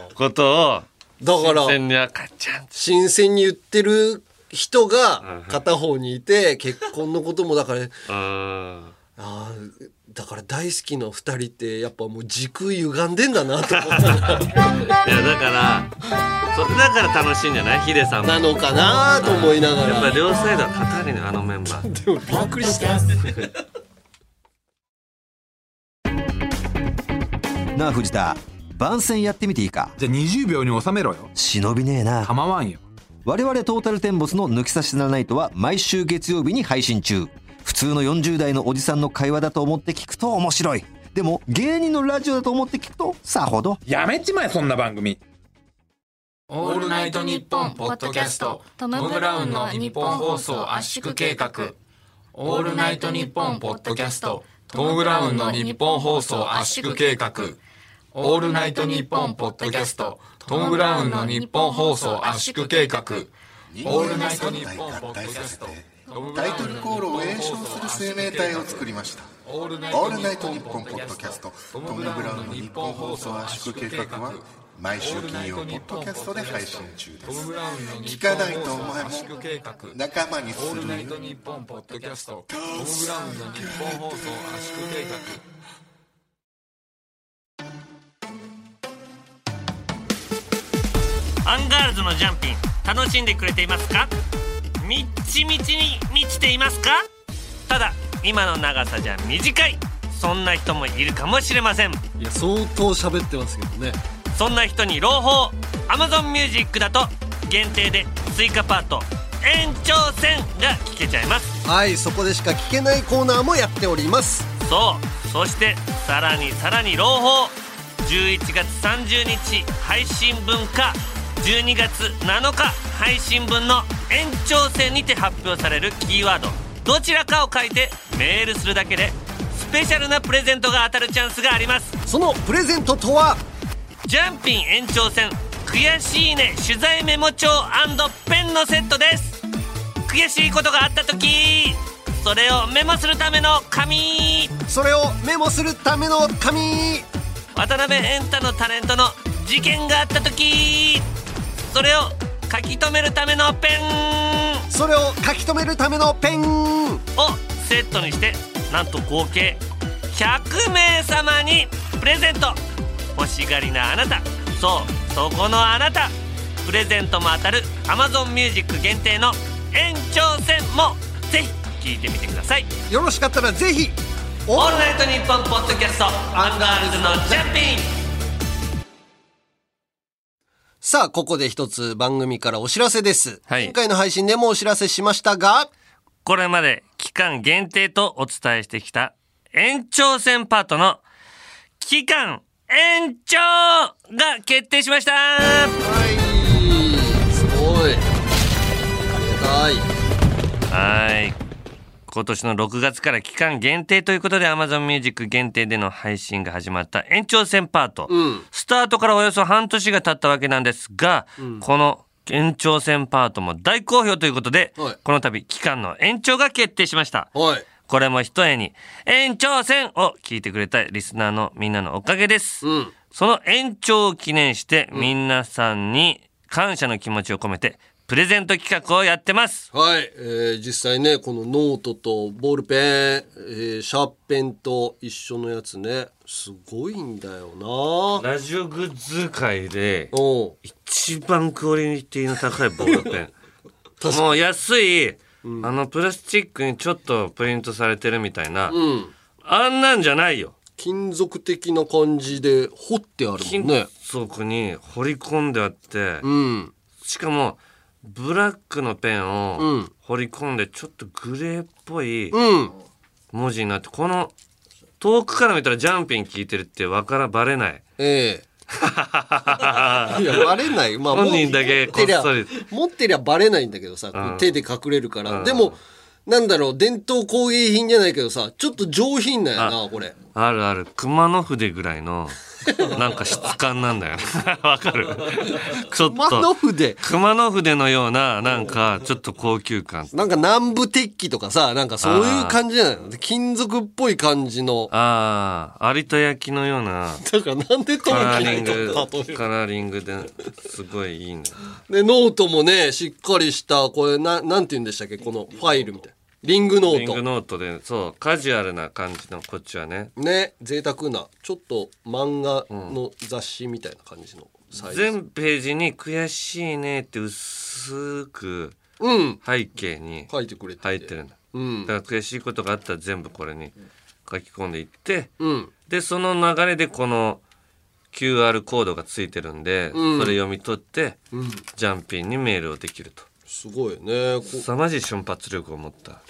うことをんだから、鮮に赤ちゃんっつって新鮮に言ってる人が片方にいて、結婚のこともだから、ああーだから大好きの二人ってやっぱもう軸歪んでんだなと思っあいやだからそれだから楽しいんじゃないヒデさんたも なのかなと思いながやっぱら。両サイドは語りねあのメンバーでもびっくりした。なあ藤田番宣やってみていいかじゃあ20秒に収めろよ忍びねえな構わんよ我々トータルテンボスの抜き差しならないとは毎週月曜日に配信中普通の40代のおじさんの会話だと思って聞くと面白いでも芸人のラジオだと思って聞くとさほどやめちまえそんな番組オールナイトニッポンポッドキャストトム・ブラウンの日本放送圧縮計画オールナイトニッポンポッドキャストトム・ブラウンの日本放送圧縮計画オールナイトニッポンポッドキャストトム・ブラウンの日本放送圧縮計画オールナイトニッポンポッドキャストタイトルコールを栄唱する生命体を作りましたオールオールナイトニッポンポッドキャストトム・ブラウンの日本放送圧縮計画は毎週金曜ポッドキャストで配信中でトム・すブラウンの日聞か本ないと放お送前も圧縮計画仲間にすオールナるイよトニッポンポッドキャストトム・ブラウンの日本放送圧縮計画アンガールズのジャンピン楽しんでくれていますかみっちみちに満ちていますかただ今の長さじゃ短いそんな人もいるかもしれませんいや相当喋ってますけどね。そんな人に朗報 Amazon Music だと限定で追加パート延長戦が聞けちゃいますはい、そこでしか聞けないコーナーもやっております。そうそしてさらにさらに朗報11月30日配信分か12月7日配信分の延長戦にて発表されるキーワードどちらかを書いてメールするだけでスペシャルなプレゼントが当たるチャンスがありますそのプレゼントとはジャンピン延長戦悔しいね取材メモ帳ペンのセットです悔しいことがあった時それをメモするための紙それをメモするための紙渡辺エンタのタレントの事件があった時それを書き留めるためのペンそれを書き留めるためのペンをセットにしてなんと合計100名様にプレゼント欲しがりなあなたそうそこのあなたプレゼントも当たる AmazonMusic 限定の延長戦もぜひ聞いてみてくださいよろしかったらぜひ「オールナイトニッポン」ポッドキャストアンガールズのジャンピンさあ、ここで一つ番組からお知らせです。はい今回の配信でもお知らせしましたが、これまで期間限定とお伝えしてきた延長戦パートの期間延長が決定しましたはい、すごい。ありがたい。はい。今年の6月から期間限定ということで Amazon Music 限定での配信が始まった延長戦パート、うん。スタートからおよそ半年が経ったわけなんですが、この延長戦パートも大好評ということで、はいこの度期間の延長が決定しました。はい。これも一重に延長戦を聞いてくれたリスナーのみんなのおかげです。うん。その延長を記念して皆さんに感謝の気持ちを込めてプレゼント企画をやってます。はい、えー実際ね、このノートとボールペン、えーシャープペンと一緒のやつね、すごいんだよな。ラジオグッズ界でおう一番クオリティの高いボール ペンもう安い、あのプラスチックにちょっとプリントされてるみたいな、うん。あんなんじゃないよ金属的な感じで彫ってあるも金んね。属に彫り込んであって、うん。しかもブラックのペンうをん彫り込んでちょっとグレーっぽいうん。文字になってこの遠くから見たらジャンピン聞いてるってわからバレないええいや、バレない。まあ、本人だけ持ってりゃこっそり持ってりゃバレないんだけどさ、こう手で隠れるから。でも、なんだろう、伝統工芸品じゃないけどさ、ちょっと上品なんやな、これ。あるある熊野筆ぐらいのなんか質感な んだよねわかるちょっと熊野筆熊野筆のようななんかちょっと高級感なんか南部鉄器とかさ、なんかそういう感じじゃないので金属っぽい感じの。ああ有田焼のようなだからなんでトカラマーキリン グと例えカラーリングですごいいいねで、ノートもね、しっかりした、これ、な、なんて言うんでしたっけこのファイルみたいな。リングノリーングト。ノートでそうカジュアルな感じのこっちはねね、贅沢な、ちょっと漫画の雑誌みたいな感じのサイズ。全ページに「悔しいね」って薄く背景に書いてくれてて入ってるんだ、うんだから悔しいことがあったら全部これに書き込んでいって、うんでその流れでこの QR コードがついてるんで、うんそれ読み取って、うんジャンピンにメールをできるとすごいね。こ凄まじい瞬発力を持った、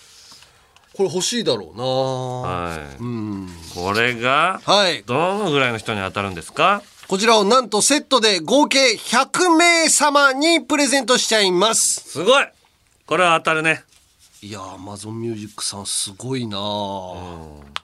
これ欲しいだろうなはいうん。これが、はいどのぐらいの人に当たるんですかこちらをなんとセットで合計100名様にプレゼントしちゃいます。すごいこれは当たるねいやー、アマゾンミュージックさんすごいなあ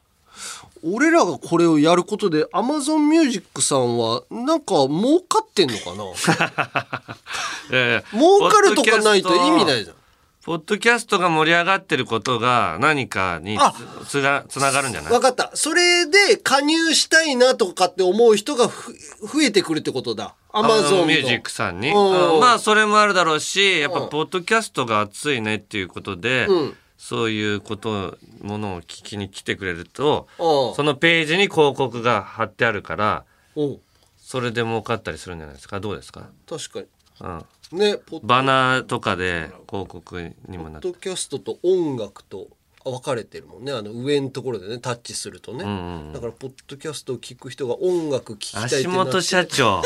俺らがこれをやることで、アマゾンミュージックさんは、なんか儲かってんの かないやいや儲かるとかないと意味ないじゃん。ポッドキャストが盛り上がってることが何かにあつつなつながるんじゃないわかった。それで加入したいなとかって思う人がふ増えてくるってことだ。アマゾンミュージックさんに。うんあまあそれもあるだろうしやっぱうんポッドキャストが熱いねっていうことで、うんそういうことものを聞きに来てくれるとうんそのページに広告が貼ってあるからうんそれで儲かったりするんじゃないですかどうですか、確かうん、に。ね、ポッバナーとかで広告にもなってドキャストと音楽と分かれてるもんね。あの上のところでね、タッチするとね。うんうんだから、ポッドキャストを聞く人が音楽聞きたいって足なって元社長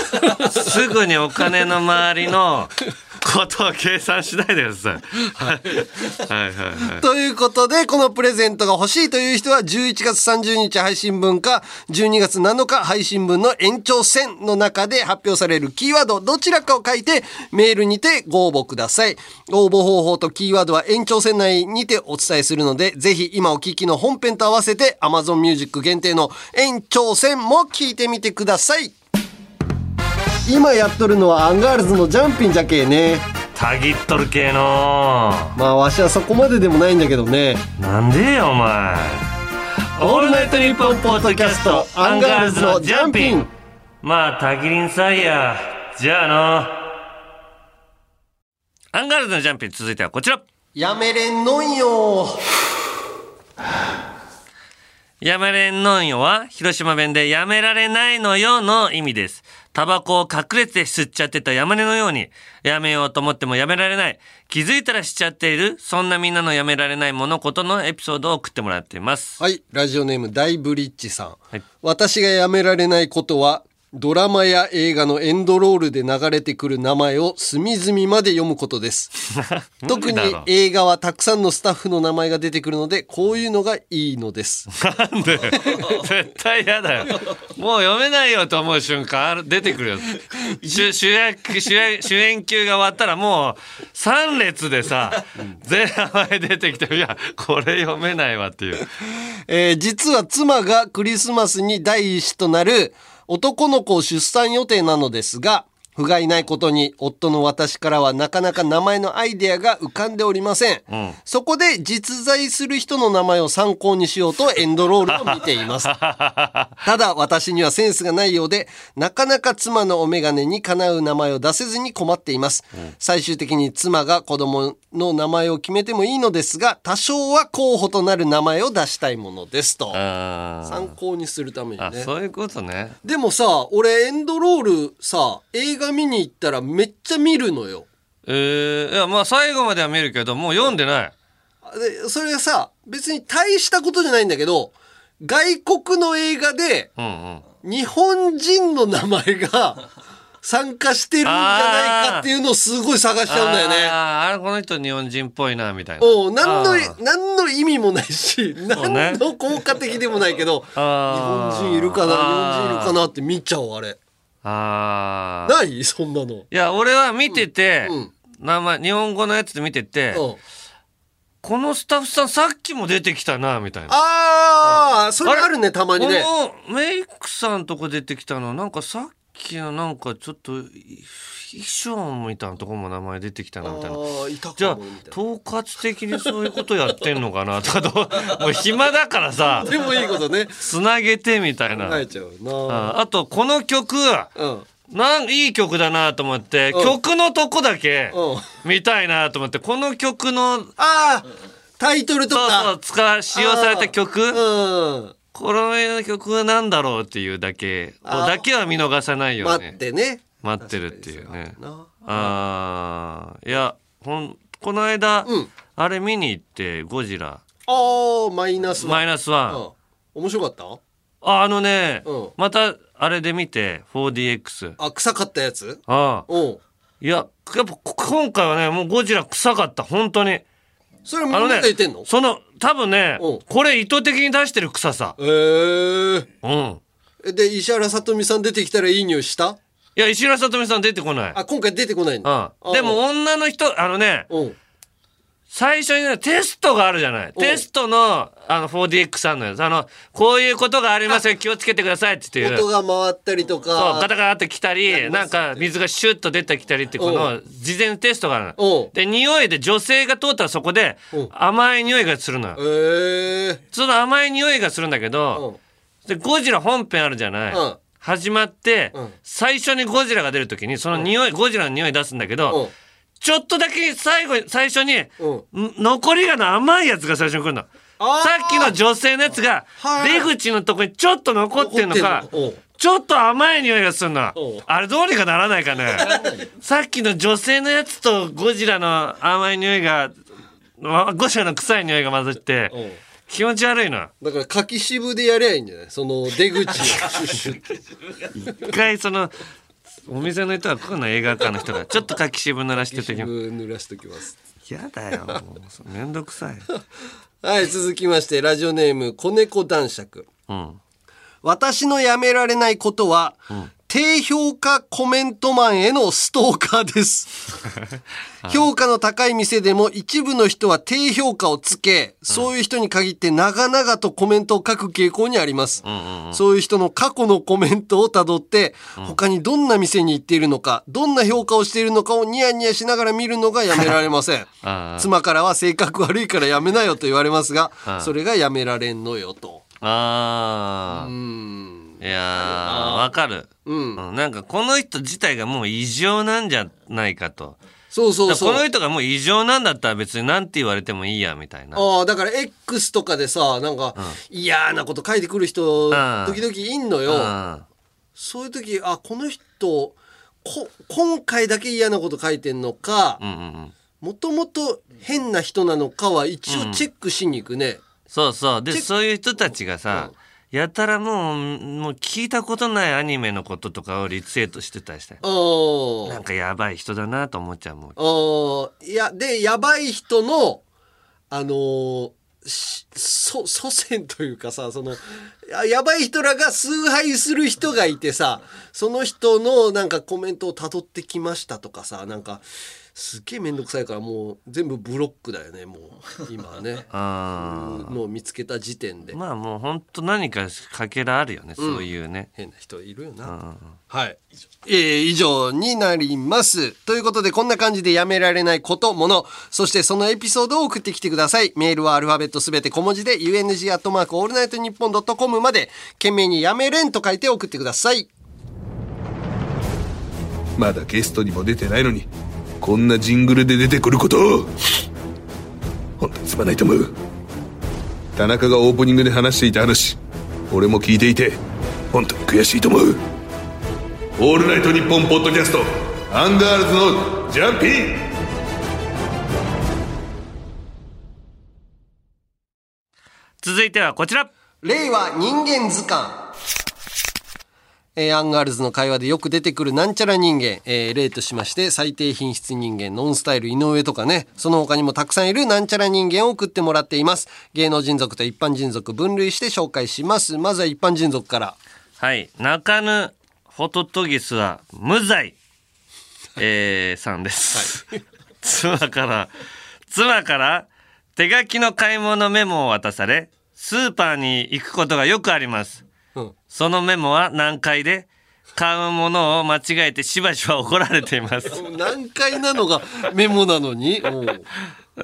すぐにお金の周りの ことを計算しないでください。はいはいはい。 ということで、このプレゼントが欲しいという人は、11月30日配信分か、12月7日配信分の延長戦の中で発表されるキーワード、どちらかを書いて、メールにてご応募ください。応募方法とキーワードは延長戦内にてお伝えするので、ぜひ今お聞きの本編と合わせて、Amazon Music 限定の延長戦も聞いてみてください。今やっとるのはアンガールズのジャンピンじゃけえね。たぎっとる系のまあ、わしはそこまででもないんだけどね。なんでよお前。オールナイトニッポンポッドキャストアンガールズのジャンピン。まあたぎりんさいや。じゃあの。アンガールズのジャンピン続いてはこちら。やめれんのんよやめれんのんよは、広島弁でやめられないのよの意味です。タバコを隠れて吸っちゃってたやめれのように、やめようと思ってもやめられない。気づいたらしちゃっている、そんなみんなのやめられない物事のエピソードを送ってもらっています。はいラジオネーム大ブリッジさん、はい私がやめられないことはドラマや映画のエンドロールで流れてくる名前を隅々まで読むことです特 になんだろう映画はたくさんのスタッフの名前が出てくるのでこういうのがいいのですなんで絶対嫌だよ。もう読めないよと思う瞬間ある出てくるよ。主主役主演主演級が終わったらもう3列でさ、全名前出てきて、いや、これ読めないわっていう。えー実は妻がクリスマスに第一子となる男の子を出産予定なのですが、不甲斐ないことに夫の私からはなかなか名前のアイデアが浮かんでおりません。んそこで実在する人の名前を参考にしようとエンドロールを見ています。ただ私にはセンスがないようで、なかなか妻のお眼鏡にかなう名前を出せずに困っています。最終的に妻が子供の名前を決めてもいいのですが、多少は候補となる名前を出したいものですと。あー参考にするためにあ、ね。そういうことね。でもさ、俺エンドロールさ、映画見に行ったらめっちゃ見るのよ。えー、いや、まあ最後までは見るけど、もう読んでない。で、それがさ、別に大したことじゃないんだけど、外国の映画でうんうん。日本人の名前が参加してるんじゃないかっていうのをすごい探しちゃうんだよね。あーあれ、この人日本人っぽいな、みたいな。おう何あのー、何の意味もないし、うね何の効果的でもないけど、日本あー人いるかな、あ日ー本人いるかなって見ちゃう、あれ。あーない そんなの。いや、俺は見てて、うん名前、日本語のやつで見てて、うんこのスタッフさんさっきも出てきたなみたいなああ、それあるね、たまにね。このメイクさんとこ出てきたのなんかさっきのなんかちょっと衣装みたいなとこも名前出てきたなみたいなじゃあ統括的にそういうことやってんのかなとかどうもう暇だからさでもいいことねつなげてみたいな考えちゃうなああとこの曲、なんいい曲だなと思って、曲のとこだけ見たいなと思ってこの曲のあタイトルとかそうそう使使用された曲、この曲は何だろうっていうだけをあーだけは見逃さないように待ってね待ってるっていうねあーいやほんこの間、あれ見に行ってゴジラああマイナスマイナスワン面白かったああのね、またあれで見て 4DX あ臭かったやつああおいややっぱこ今回はねもうゴジラ臭かった本当にそれはみんなが言ってんのその多分ねこれ意図的に出してる臭さえー、うんえで石原さとみさん出てきたらいい匂いしたいや石原さとみさん出てこないあ今回出てこないんだうんでも女の人あのね最初にねテストがあるじゃないテストのあの 4DX さんのやつあのこういうことがありますよ気をつけてくださいって言ってる音が回ったりそとうガタかガタってきたりなんか水がシュッと出てきたりってこうのん事前テストがあるので匂いで女性が通ったらそこで甘い匂いがするのよその甘い匂いがするんだけどでゴジラ本編あるじゃないうん始まって最初にゴジラが出る時にその匂いゴジラの匂い出すんだけどちょっとだけ最後に最初にん残りがの甘いやつが最初に来るの。あーさっきの女性のやつがはい出口のとこにちょっと残ってんのか残ってんのうんちょっと甘い匂いがするなおう。あれどうにかならないか ね。さっきの女性のやつとゴジラの甘い匂いが、わゴジラの臭い匂いが混ざって、気持ち悪いな。だから柿渋でやりゃいいんじゃないその出口 一回その、お店の人が来るの映画館の人が、ちょっと柿渋濡らしててきます。濡らしときますやだよ、もう。めんどくさい。はい続きましてラジオネーム子猫男爵うん。私のやめられないことは、低評価コメントマンへのストーカー です。評価の高い店でも一部の人は低評価をつけ、そういう人に限って長々とコメントを書く傾向にあります。そういう人の過去のコメントをたどって、他にどんな店に行っているのか、どんな評価をしているのかをニヤニヤしながら見るのがやめられません。 あー妻からは性格悪いからやめなよと言われますがあ、ーそれがやめられんのよと。あーいやーわかる、うんなんかこの人自体がもう異常なんじゃないかとそうそうそうだからこの人がもう異常なんだったら別に何て言われてもいいやみたいなああだから X とかでさなんか嫌なこと書いてくる人ん時々いんのようんそういう時あこの人こ今回だけ嫌なこと書いてんのかうんうんうんもともと変な人なのかは一応チェックしに行くね、そうそうでそういう人たちがさ、やたらもうもう聞いたことないアニメのこととかをリツイートしてたりしておーなんかやばい人だなと思っちゃうもんおーいやでやばい人のあのーしそ祖先というかさそのややばい人らが崇拝する人がいてさその人のなんかコメントをたどってきましたとかさなんかすっげえ面倒くさいからもう全部ブロックだよねもう今はね あーのを見つけた時点で、まあもうほんと何かかけらあるよね、そういうね変な人いるよな、うんはい。えー以上になります。ということで、こんな感じでやめられないこと、もの、そしてそのエピソードを送ってきてください。メールはアルファベットすべて小文字で、u n g アットマークオールナイトニッポンドットコムまで、懸命にやめれんと書いて送ってください。まだゲストにも出てないのにこんなジングルで出てくること本当にすまないと思う田中がオープニングで話していた話俺も聞いていて本当に悔しいと思う「オールナイトニッポン」ポッドキャストアンガールズのジャンピー続いてはこちら令和人間図鑑。えーアンガールズの会話でよく出てくるなんちゃら人間、えー例としまして最低品質人間ノンスタイル井上とかねその他にもたくさんいるなんちゃら人間を送ってもらっています芸能人族と一般人族分類して紹介しますまずは一般人族からはい泣かぬホトトギスは無罪、えー、さんです、妻から妻から手書きの買い物メモを渡されスーパーに行くことがよくあります、うんそのメモは難解で買うものを間違えてしばしば怒られています難解なのがメモなのに。おう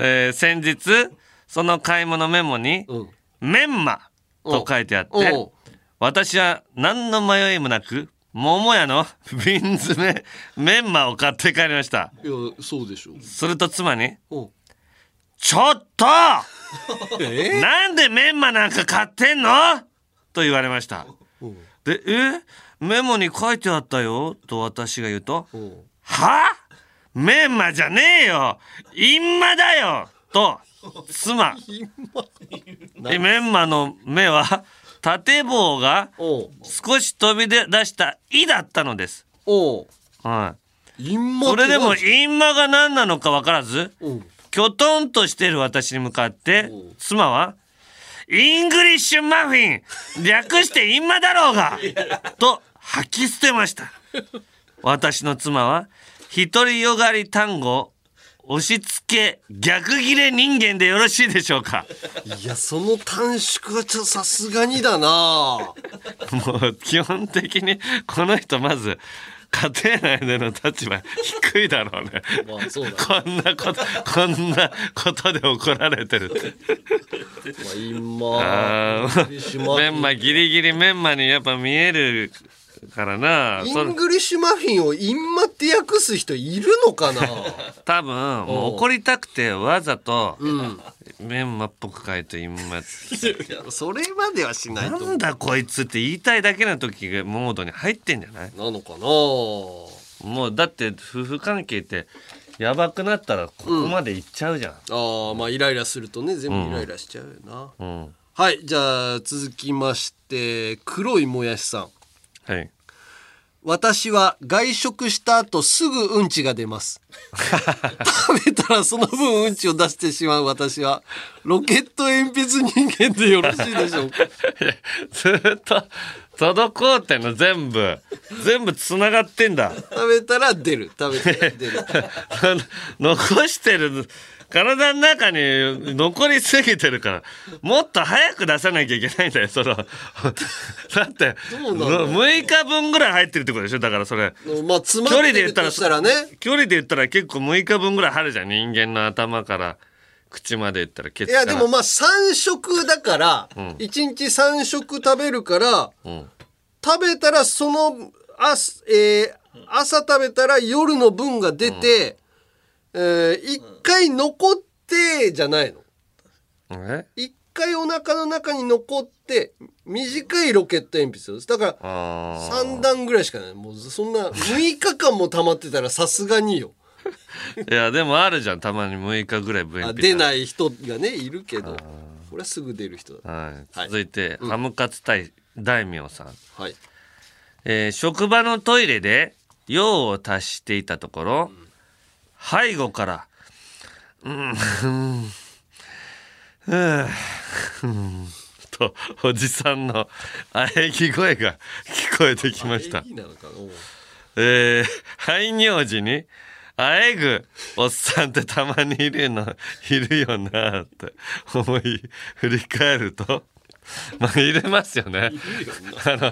えー先日その買い物メモに「メンマ」と書いてあっおて私は何の迷いもなく桃屋の 瓶詰めメンマを買って帰りましたいや、そうでしょう。すると妻にお「ちょっと えなんでメンマなんか買ってんの?」と言われましたで「えメモに書いてあったよ」と私が言うと「はメンマじゃねえよインマだよ!」と 妻えメンマの目は縦棒が少し飛び出した「い」だったのです。はい、マそってれでも「何インマ」が何なのか分からずきょとんとしている私に向かって妻は「イングリッシュマフィン略してインマだろう が!」と吐き捨てました。私の妻は独りよがり単語押し付け逆切れ人間でよろしいでしょうかいや、その短縮はちょっとさすがにだなもう基本的にこの人まず家庭内での立場低いだろうね。こんなことこんなことで怒られてるって。今あーメンマギリギリメンマにやっぱ見えるからな。イそれングリッシュマフィンをインマって訳す人 いるのかな多分もう怒りたくてわざとメンマっぽく書いて今それまではしないとな思んだこいつって言いたいだけの時がモードに入ってんじゃないなのか なもうだって夫婦関係ってやばくなったらここまでいっちゃうじゃん、う。ああ、まあイライラするとね、全部イライラしちゃうよな。うんはい、じゃあ続きまして、黒いもやしさん。はい。 私は外食した後すぐうんちが出 ます。食べたらその分うんちを出してしまう私は、ロケット鉛筆人間でよろしいでしょう かずっと滞ってんの全部全部つながってんだ食べたら出る。食べたら出る。 残してる体の中に残りすぎてるからもっと早く出さなきゃいけないんだよその だってどうなんだろう6日分ぐらい入ってるってことでしょだからそれまあ、つまってるとしたらね。距離で言ったら結構6日分ぐらい入るじゃん人間の頭から口まで言ったらケいや、でもまあ3食だから、うん1日3食食べるから、うん食べたらその、あすえー朝食べたら夜の分が出て、え1回残ってじゃないの。え1回お腹の中に残って、短いロケット鉛筆です。だから、あー3段ぐらいしかない。もうそんな、6日間も溜まってたらさすがによ。いやでもあるじゃんたまに6日ぐらい分あ出ない人がね、いるけど、これはすぐ出る人だ。はい、続いて、ハムカツ大大名さん、はいえー職場のトイレで用を足していたところ、背後から「うんうんうんうん」とおじさんの喘ぎ声が聞こえてきました。いいなのかなおうえー、排尿時に、あえぐおっさんってたまにいるの、いるよなって思い、振り返ると、まあ、いれますよね。あの、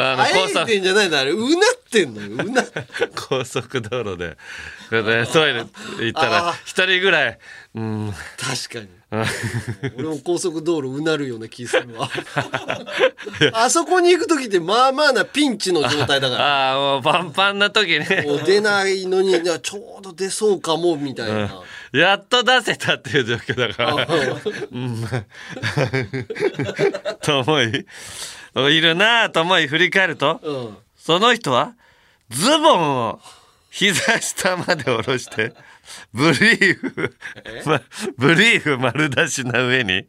あの、あ高えい速、てんじゃないのあれ、うなってんのよ、うなって。 高速道路で、これトイレ行ったらあー、一人ぐらい、うん、確かうに。ん俺も高速道路うなるような気するわ。あそこに行く時って、まあまあなピンチの状態だから。ああ、もうパンパンな時に、 もう出ないのに、いやちょうど出そうかも、みたいな。うんやっと出せたっていう状況だからあそううんと思いいるなぁと思い振り返ると、うんその人はズボンを膝下まで下ろしてブリーフ、まブリーフ丸出しな上に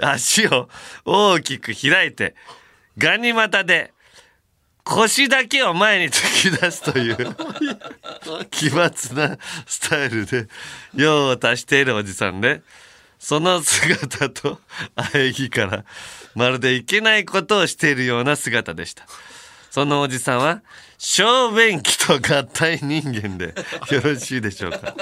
足を大きく開いてガニ股で腰だけを前に突き出すという。奇抜なスタイルで用を足しているおじさんでその姿と 喘ぎからまるでいけないことをしているような姿でしたそのおじさんは小便器と合体人間でよろしいでしょうか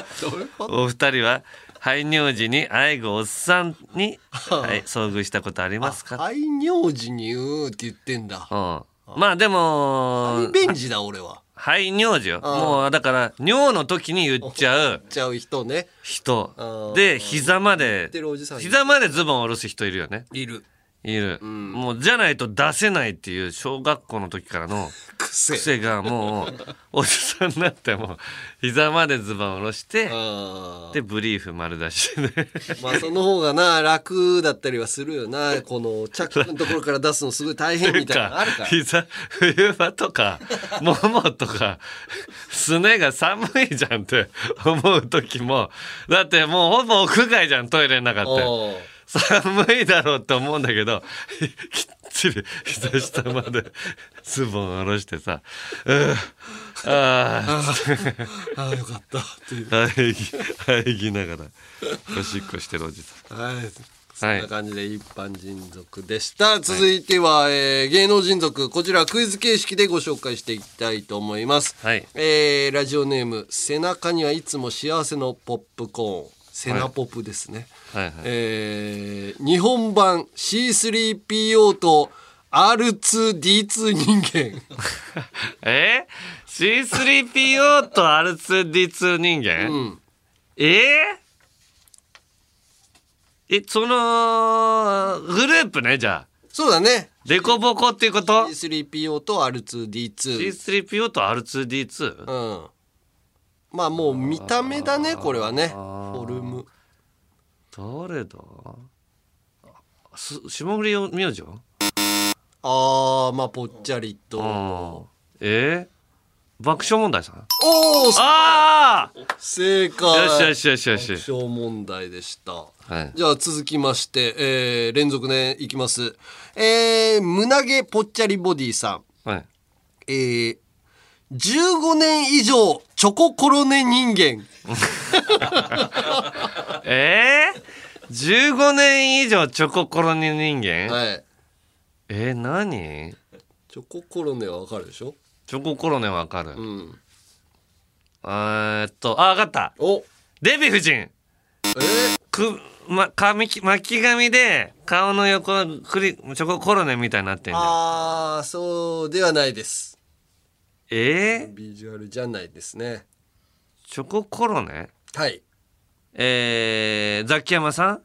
お二人は排尿時にあえぐおっさんに、はい、遭遇したことありますか排尿時にうーって言ってんだ。うん、まあでもリベンジだ、俺は。排尿時よもうだから尿の時に言っちゃうちゃう人ね。人で膝までてるおじさんいる膝までズボンを下ろす人いるよねいるいる、もうじゃないと出せないっていう小学校の時から の癖がもうおじさんになっても膝までズボンを下ろしてでブリーフ丸出しでまあその方がな、楽だったりはするよな。この、チャックのところから出すのすごい大変 みたいなのある から。膝冬場と かももとかすねが寒いじゃんって思う時もだってもうほぼ屋外じゃんトイレの中おって寒いだろうって思うんだけどひきっちり 膝下までズボン下ろしてさ「うーあ ーああ、よかった。っていう。あえぎあえぎながらおしっこしてるおじさん。はい。そんな感じで一般人族でした。続いては、えー芸能人族。こちらクイズ形式でご紹介していきたいと思います。はいえーラジオネーム、背中にはいつも幸せのポップコーン。セナポップですね。はいはいえー日本版 C3PO と R2D2 人間。え ?C3PO と R2D2 人間、えーえそのグループねじゃあそうだね。デコボコっていうこと C3PO と R2D2。 C3PO と R2D2、うん。まあもう見た目だね、これはね。フォルム。誰だす霜降り明星あー、まあぽっちゃりと。えー、爆笑問題さんおーあ正あ解よしよしよしよし爆笑問題でした。はいじゃあ続きまして、えー連続ね、いきます。えー、胸毛ぽっちゃりボディさん。はいえー、15年以上、チョココロネ人間。えー、15年以上チョココロネ人間、はい。えー、何チョココロネはわかるでしょチョココロネわかる、うん。えーっとあわかったおデヴィ夫人く、ま、髪き巻き髪で顔の横クリチョココロネみたいになってんじゃんあー、そうではないです。えー、ビジュアルじゃないですね。チョココロネはい。えー、ザキヤマさん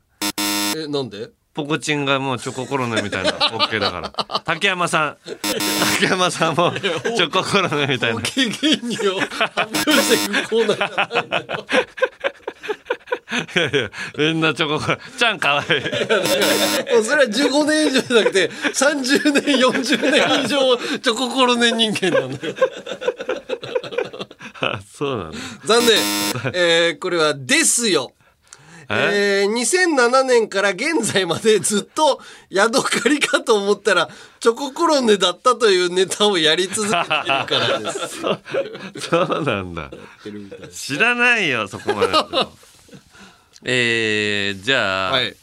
え、なんで ポコチンがもうチョココロネみたいな OK だから竹山さん竹山さんもチョココロネみたいな経験にを発表していくコーナーじゃないいやいやみんなチョココロネちゃんかわいいもうそれは15年以上じゃなくて30年40年以上チョココロネ人間なんだよあそうなの残念、えーこれは「ですよ」えー2007年から現在までずっとヤドカリかと思ったらチョココロネだったというネタをやり続けているからですそうなんだ。知らないよ、そこまで。えー、じゃあ、はい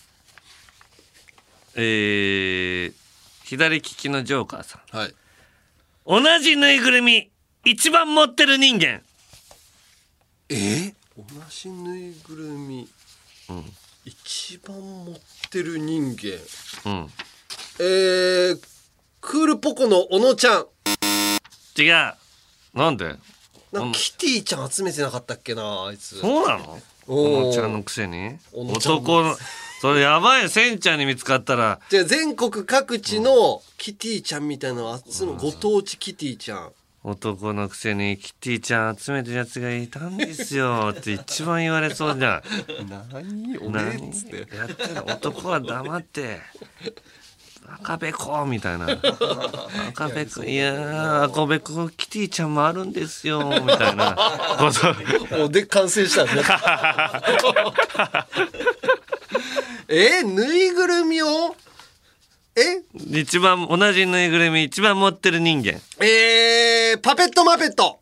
えー、左利きのジョーカーさん。はい同じぬいぐるみ、一番持ってる人間。え同じぬいぐるみ、一番持ってる人間うん。えー、クールポコの小野ちゃん違う。なんでなんかキティちゃん集めてなかったっけなあいつそうなのおーおのちゃんのくせに小野ちゃんの男の、それやばい、センちゃんに見つかったら、じゃあ全国各地のキティちゃんみたいなの集めご当地キティちゃん男のくせにキティちゃん集めてるやつがいたんですよって一番言われそうじゃん。何お何やってんの男は黙って赤べこみたいな赤べこいやー赤べこキティちゃんもあるんですよみたいなことおで完成した ねえー、ぬいぐるみをえ一番同じぬいぐるみ一番持ってる人間えー、パペットマペット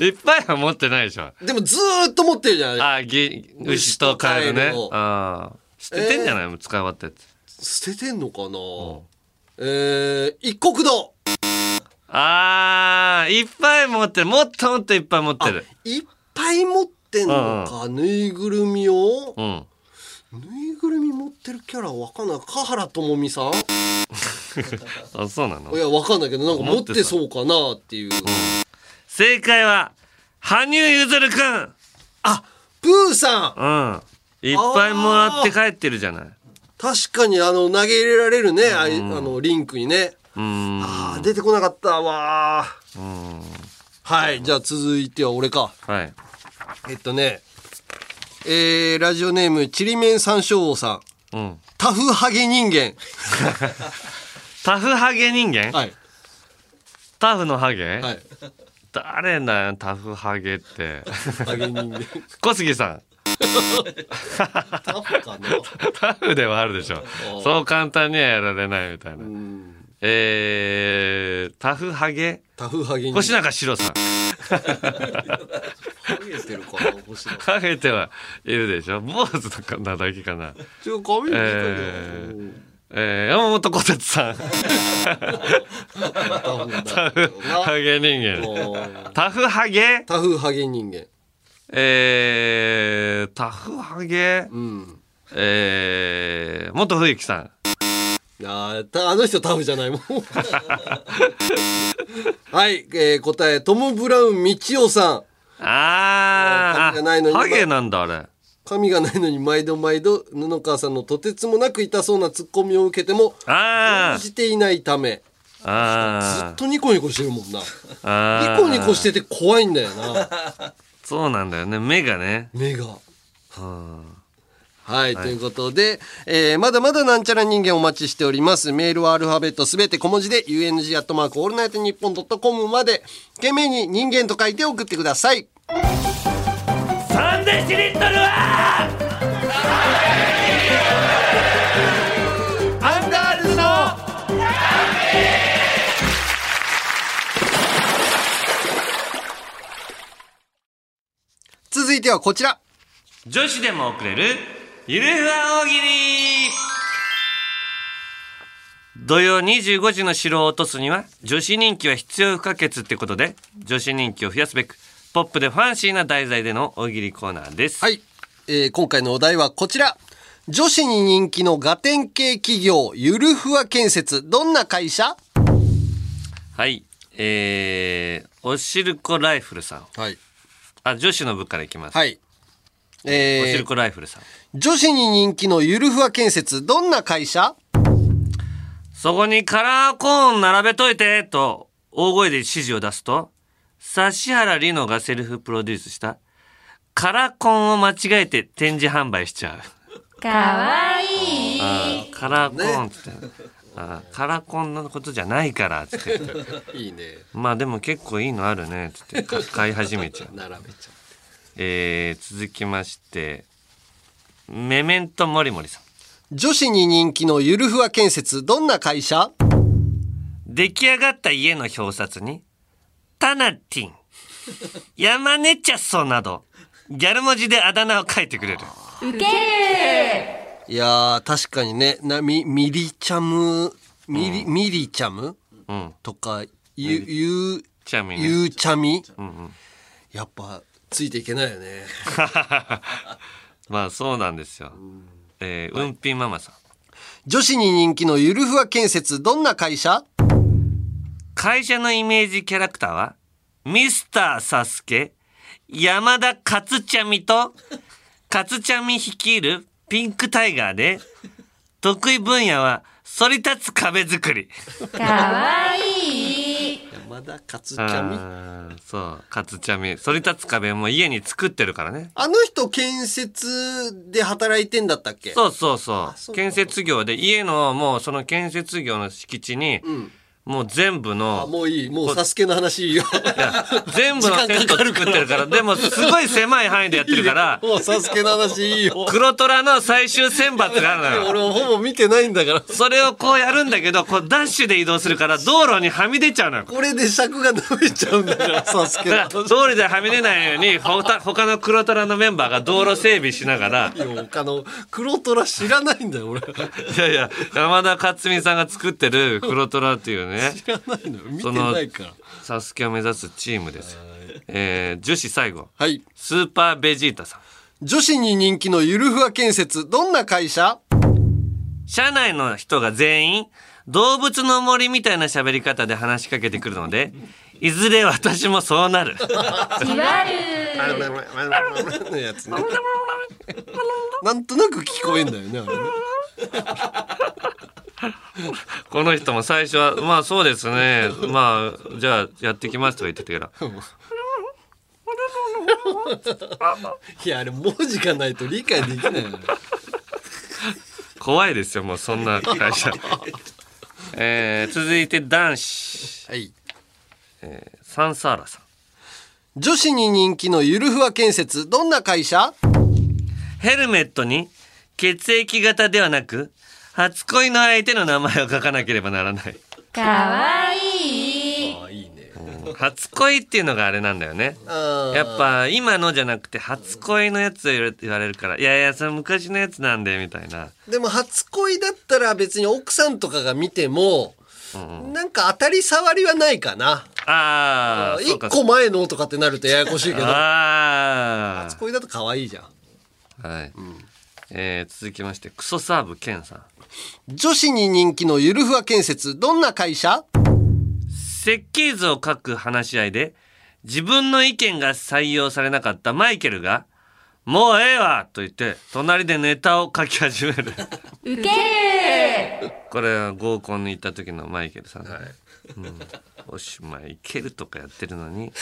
いっぱいは持ってないでしょでもずーっと持ってるじゃないあぎ牛とカエル牛ねとカエルをああ知っててんじゃない、もう使い終わったやつ捨ててんのかな、えー、一国道あーいっぱい持ってるもっともっといっぱい持ってるいっぱい持っってんのか、ぬいぐるみを、うん。ぬいぐるみ持ってるキャラわかんない。香原朋美さん あ、そうなのいや、わかんないけど、なんか持ってそうかなっていう。正解は、羽生結弦くんあ、プーさんうん。いっぱいもらって帰ってるじゃない。確かに、あの、投げ入れられるね、あいあの、リンクにね。うん。あー出てこなかったわー。うん。はい、じゃあ続いては俺か。はい。えっとね、えー、ラジオネーム、ちりめん山椒王さん。うん。タフハゲ人 間。タフハゲ人間はい。タフのハゲはい。誰だよ、タフハゲって。ハゲ人間。 小杉さん。タフかなタフではあるでしょ。そう簡単にはやられないみたいな。えー、タフハゲタフハゲ人間。越中史郎さん。ハゲてるかな星野。ハゲてはいるでしょ。坊主とかなだけかな。ちょ、髪短いえーえー、山本小鉄さん。タフハゲ人間。タフハゲタフハゲ人間。えー、タフハゲ、うん。えー、元冬木さん。あーたあの人タフじゃないもん。はい、えー、答え、トム・ブラウン・道夫さん。あ髪がないのー、にハゲなんだ、あれ。髪がないのに毎度毎度、布川さんのとてつもなく痛そうなツッコミを受けても、あ応じていないため、ー、あずっとニコニコしてるもんな。ー、あ。ニコニコしててて怖いんだよな、そうなんだよね、目がね。目が。うんはい、ということで、えーまだまだなんちゃら人間お待ちしております。メールはアルファベットすべて小文字で、UNG アットマークオールナイトニッポンドットコムまで、懸命に人間と書いて送ってください。 3000リットルはアンガールズの続いてはこちら。女子でも送れるゆるふわ大喜利土曜25時の城を落とすには女子人気は必要不可欠ってことで女子人気を増やすべくポップでファンシーな題材での大喜利コーナーですはい、えー今回のお題はこちら。女子に人気のガテン系企業、ゆるふわ建設。どんな会社はいえー、おしるこライフルさんはい。あ女子の部からいきます、はい。おしえるーこライフルさん女子に人気のゆるふわ建設。どんな会社そこにカラーコーン並べといてと大声で指示を出すと、指原莉乃がセルフプロデュースしたカラコンを間違えて展示販売しちゃう。かわいいあーカラーコンっつって、あーカラコンのことじゃないからっつって。 いいね。まあでも結構いいのあるねっつ ってか買い始めちゃう。並べちゃえー、続きまして、メメントモリモリさん。う。女子に人気のゆるふわ建設。どんな会社出来上がった家の表札に、タナティ ン、ヤマネチャソなど、ギャル文字であだ名を書いてくれる。ウケるいやー、確かにね、な、み、ミリチャム、ミリ、ミリチャムうん。とか、ゆ、ゆ、ちなみに、ゆうちゃみうんうん。やっぱ、ついていけないよね。まあそうなんですよ。えー、うんぴんママさん。女子に人気のゆるふわ建設、どんな会社会社のイメージキャラクターは、ミスターサスケ、山田勝ちゃみ と、勝ちゃみ率いるピンクタイガーで、得意分野は、反り立つ壁作り。かわいい山田勝ちゃみ。あーそう、カツチャミ。反り立つ壁も家に作ってるからね。あの人建設で働いてんだったっけそうそうそう。そうか建設業で、家のもうその建設業の敷地に、んもう全部あの、もういい。もうサスケの話いいよ。いや全部のテント作ってるから、でもすごい狭い範囲でやってるから、もうサスケの話いい よ。黒虎の最終選抜があるのよ。俺もほぼ見てないんだから。それをこうやるんだけど、こうダッシュで移動するから道路にはみ出ちゃ うのよ。これで尺が伸びちゃうん だから、サスケのだから道路ではみ出ないように、ほた他の黒虎のメンバーが道路整備しながら、いや他の黒虎知らないんだよ、俺。いやいや、山田勝美さんが作って る黒虎っていうね、知らないのよ。見そてのないから。サスケを目指すチームですよ。えー女子最後。はい。スーパーベジータさん。女子に人気のゆるふわ建設、どんな会社社内の人が全員動物の森みたいな喋り方で話しかけてくるのでいずれ私もそうなるじわるのやつね。なんとなく聞こえんだよね、あ れねこの人も最初は、まあそうですね。まあ、じゃあやってきますとか言ってたから。いや、あれ文字がないと理解できないのよ。怖いですよ、もうそんな会社。えー続いて男子。はい。えーサンサーラさん。女子に人気のゆるふわ建設、どんな会社ヘルメットに血液型ではなく初恋の相手の名前を書かなければならないかわいい初恋っていうのがあれなんだよねやっぱ今のじゃなくて初恋のやつを言われ言われるからいやいやそれ昔のやつなんでみたいなでも初恋だったら別に奥さんとかが見ても、なんか当たり障りはないかな。あー一か個前のとかってなるとややこしい けど、あ初恋だと可愛いじゃん。あはい、えー続きましてクソサーブケンさん女子に人気のゆるふわ建設、どんな会社設計図を書く話し合いで自分の意見が採用されなかったマイケルが「もうええわ!」と言って隣でネタを書き始めるウケるこれは合コンに行った時のマイケルさん、うん、おしまいいけるとかやってるのに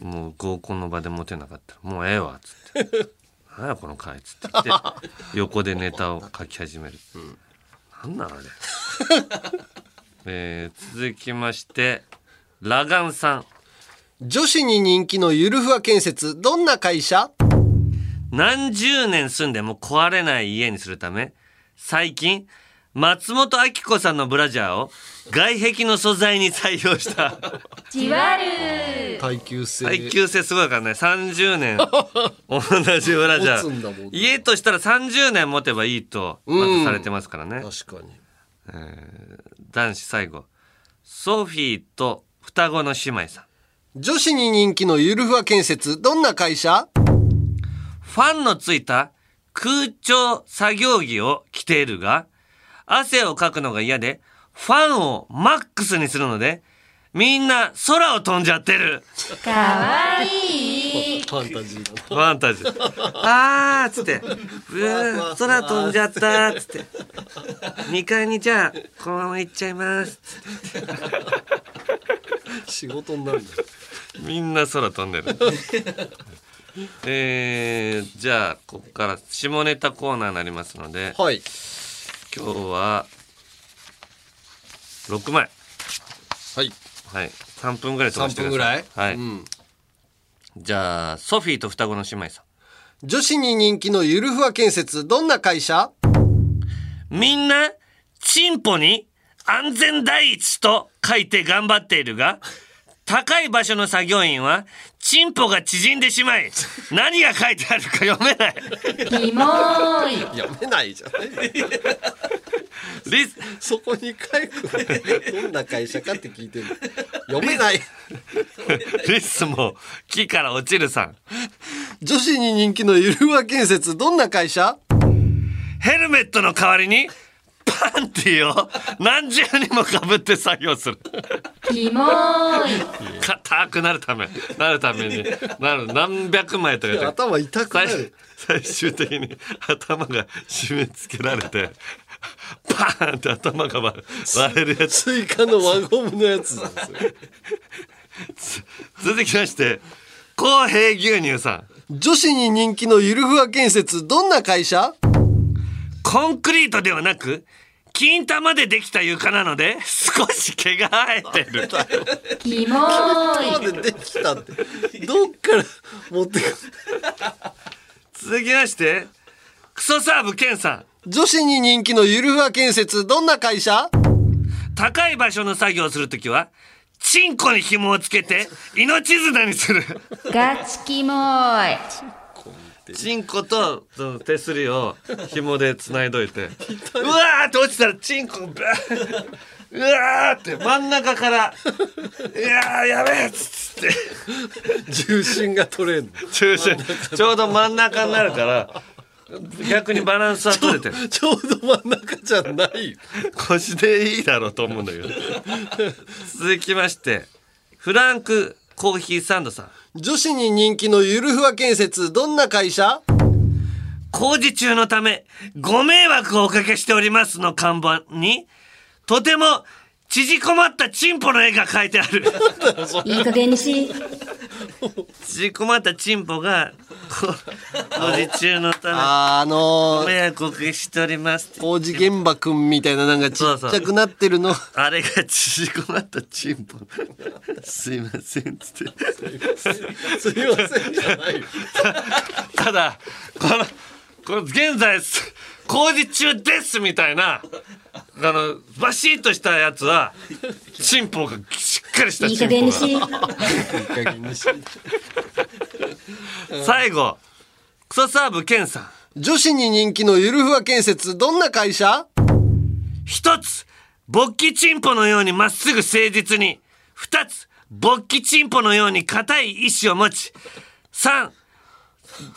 もう合コンの場でモテなかったら「もうええわ!」っつって「何やこの回」っつって言って横でネタを書き始める、なんなんあれ えー続きましてラガンさん女子に人気のゆるふわ建設、どんな会社何十年住んでも壊れない家にするため最近松本明子さんのブラジャーを外壁の素材に採用したじわる耐久性。耐久性すごいからね30年 同じブラジャ持つんだもんー家としたら30年持てばいいとまずされてますからね、確かに。えー男子最後ソフィーと双子の姉妹さん女子に人気のゆるふわ建設、どんな会社ファンのついた空調作業着を着ているが、汗をかくのが嫌で、ファンをマックスにするので、みんな空を飛んじゃってる。かわいいファンタジーだファンタジー。あーっつって、ブー、空飛んじゃったーっつって、2階にじゃあ、このまま行っちゃいます。な。仕事になるんだよ。みんな空飛んでる。えー、じゃあ、ここから下ネタコーナーになりますので、はい。今日は6枚はい。はい3分ぐらい飛ばして3ください分ぐらいはい、うん。じゃあソフィーと双子の姉妹さ女子に人気のゆるふわ建設、どんな会社んみんなチンポに安全第一と書いて頑張っているが高い場所の作業員はチンポが縮んでしまい何が書いてあるか読めないキモい読めないじゃないリスそこに書くのどんな会社かって聞いてる読めないリスも木から落ちるさん女子に人気のゆるふわ建設どんな会社ヘルメットの代わりにパンティーを何重にもかぶって作業するキモい硬くなるためなるためになる何百枚とかやって頭痛くな最る最終的に頭が締め付けられてパーンって頭が割割れるやつ追加の輪ゴムのやつなんですよ続きまして公平牛乳さん女子に人気のゆるふわ建設どんな会社コンクリートではなく金玉でできた床なので少し毛が生えてるキモまいでできたってどっから持ってくる続きましてクソサーブケンさん女子に人気のゆるふわ建設どんな会社高い場所の作業をするときはチンコに紐をつけて命綱にするガチキモいチンコとその手すりを紐で繋いどいてうわーって落ちたらチンコがブーうわーって真ん中から「いやーやべえ」っつっ重心が取れん中心ちょうど真ん中になるから逆にバランスは取れてる ちょうど真ん中じゃない腰でいいだろうと思うんだけど続きましてフランクコーヒーサンドさん女子に人気のゆるふわ建設どんな会社工事中のため、ご迷惑をおかけしておりますの看板に、とても縮こまったチンポの絵が描いてある。 いい加減にし。縮こまったチンポが、こ工事中のため、あのご迷惑をおかけしております。工事現場くんみたいななんかちっちゃくなってるのあれが縮こまったチンポ。すいません、つって。すいませんじゃないよただこのこの現在す工事中ですみたいなあのバシッとしたやつはチンポがしっかりしたいいチ加ンポ減がにし。最後クソサーブケンさん女子に人気のゆるふわ建設どんな会社一つ、勃起チンポのようにまっすぐ誠実に。二つ、勃起チンポのように硬い意志を持ち。三、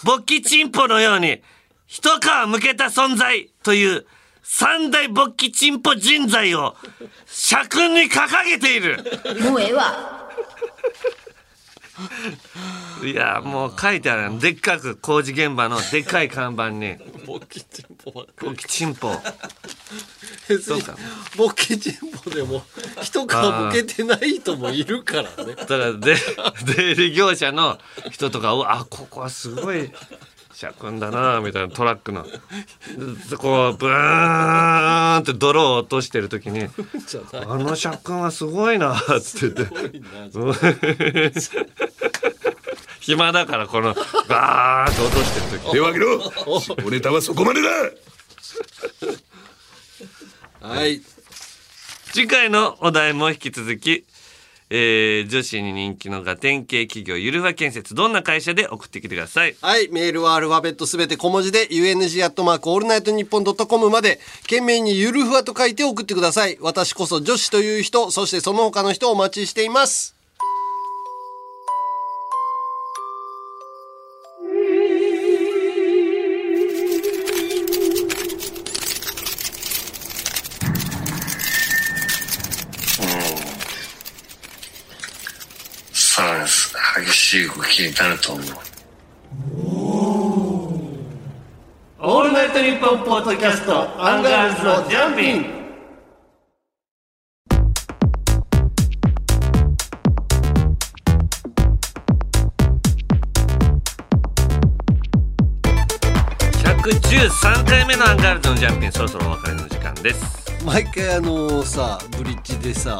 勃起チンポのように一皮むけた存在という三大勃起チンポ人材を社訓に掲げている。もうええわ。いやもう書いてあるのでっかく工事現場のでっかい看板にボキチンポばっ「かチンポ別にそうかボケチンポでも一皮ボけてない人もいるからね」だからで 出入り業者の人とかを「あここはすごい社訓だな」みたいなトラックのでこうブーンって泥を落としてる時に じゃ「あの社訓はすごいな」っつってて 暇だからこのバーンって落としてる時手を挙げろおネタはそこまでだはい次回のお題も引き続き、えー女子に人気のガテン系企業ゆるふわ建設どんな会社で送ってきてくださいはい、メールはアルファベットすべて小文字で、UNG アットマークオールナイトニッポンドットコムまで、懸命にゆるふわと書いて送ってください。私こそ女子という人、そしてその他の人をお待ちしています。そうなんです。激しい動きになると思う。オールナイトニッポンポッドキャストアンガールズのジャンピン113回目のアンガールズのジャンピンそろそろお別れの時間です毎回あのさ、ブリッジでさ、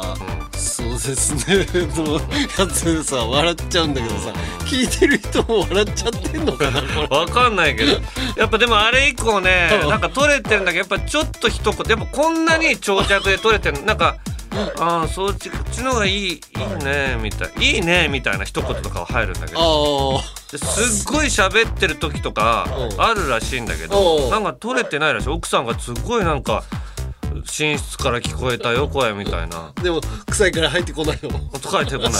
そうですね、 のやつさ、笑っちゃうんだけどさ、聞いてる人も笑っちゃってんのかな、これ。わかんないけどやっぱでもあれ以降ねうんなんか取れてるんだけどやっぱちょっと一言やっぱこんなに長尺で取れてるなんかああそうちこっちの方がいいいいねみたいいいねみたいな一言とかは入るんだけどあですっごい喋ってる時とかあるらしいんだけうどんなんか取れてないらしい奥さんがすごいなんか寝室から聞こえたよ声みたいなあ、でも、臭いから入ってこないの。こと書いてこない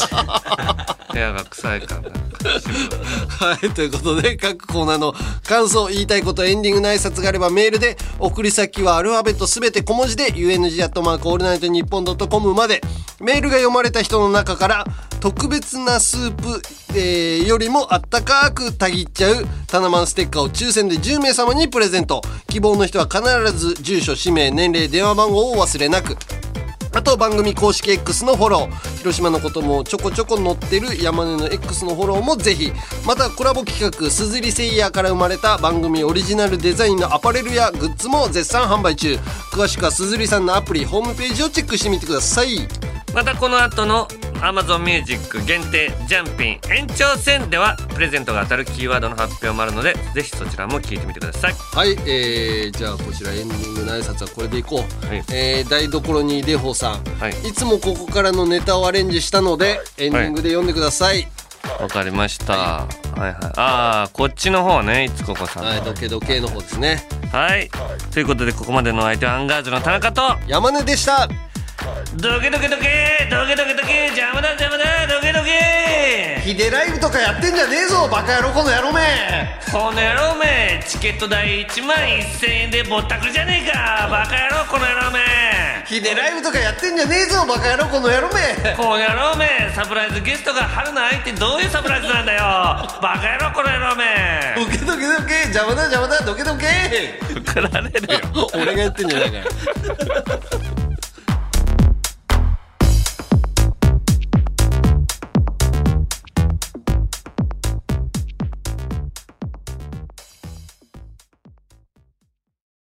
部屋が臭いからはい、ということで、各コーナーの感想、言いたいこと、エンディングの挨拶があればメールで、送り先はアルファベットすべて小文字で、UNG アットマークオールナイトニッポンドットコムまで、メールが読まれた人の中から、特別なスープ、えーよりもあったかくたぎっちゃう、タナマンステッカーを抽選で10名様にプレゼント。希望の人は必ず、住所、氏名、年齢、電話番号をお忘れなく。あと番組公式 X のフォロー広島のこともちょこちょこ載ってる山根の X のフォローもぜひまたコラボ企画「すずりセイヤー」から生まれた番組オリジナルデザインのアパレルやグッズも絶賛販売中詳しくはすずりさんのアプリホームページをチェックしてみてくださいまたこの後の AmazonMusic 限定ジャンピン延長戦ではプレゼントが当たるキーワードの発表もあるのでぜひそちらも聞いてみてくださいはい、えー、じゃあこちらエンディングの挨拶はこれでいこう、えー台所にいでほさん、はいいつもここからのネタをアレンジしたのでエンディングで読んでください、わかりましたはいはいああこっちの方ねいつここさんはい、ドケドケの方ですねはいということでここまでのお相手はアンガールズの田中と山根でしたドケドケドケドケドケドケ邪魔だ邪魔だドケドケヒデライブとかやってんじゃねえぞバカ野郎この野郎めこの野郎めチケット代1万1000円でぼったくりじゃねえかバカ野郎この野郎めヒデライブとかやってんじゃねえぞバカ野郎この野郎 めこの野郎めサプライズゲストが春の愛ってどういうサプライズなんだよバカ野郎この野郎めどけどけどけ邪魔だ邪魔だどけどけ 怒られるよ 俺がやってんじゃないから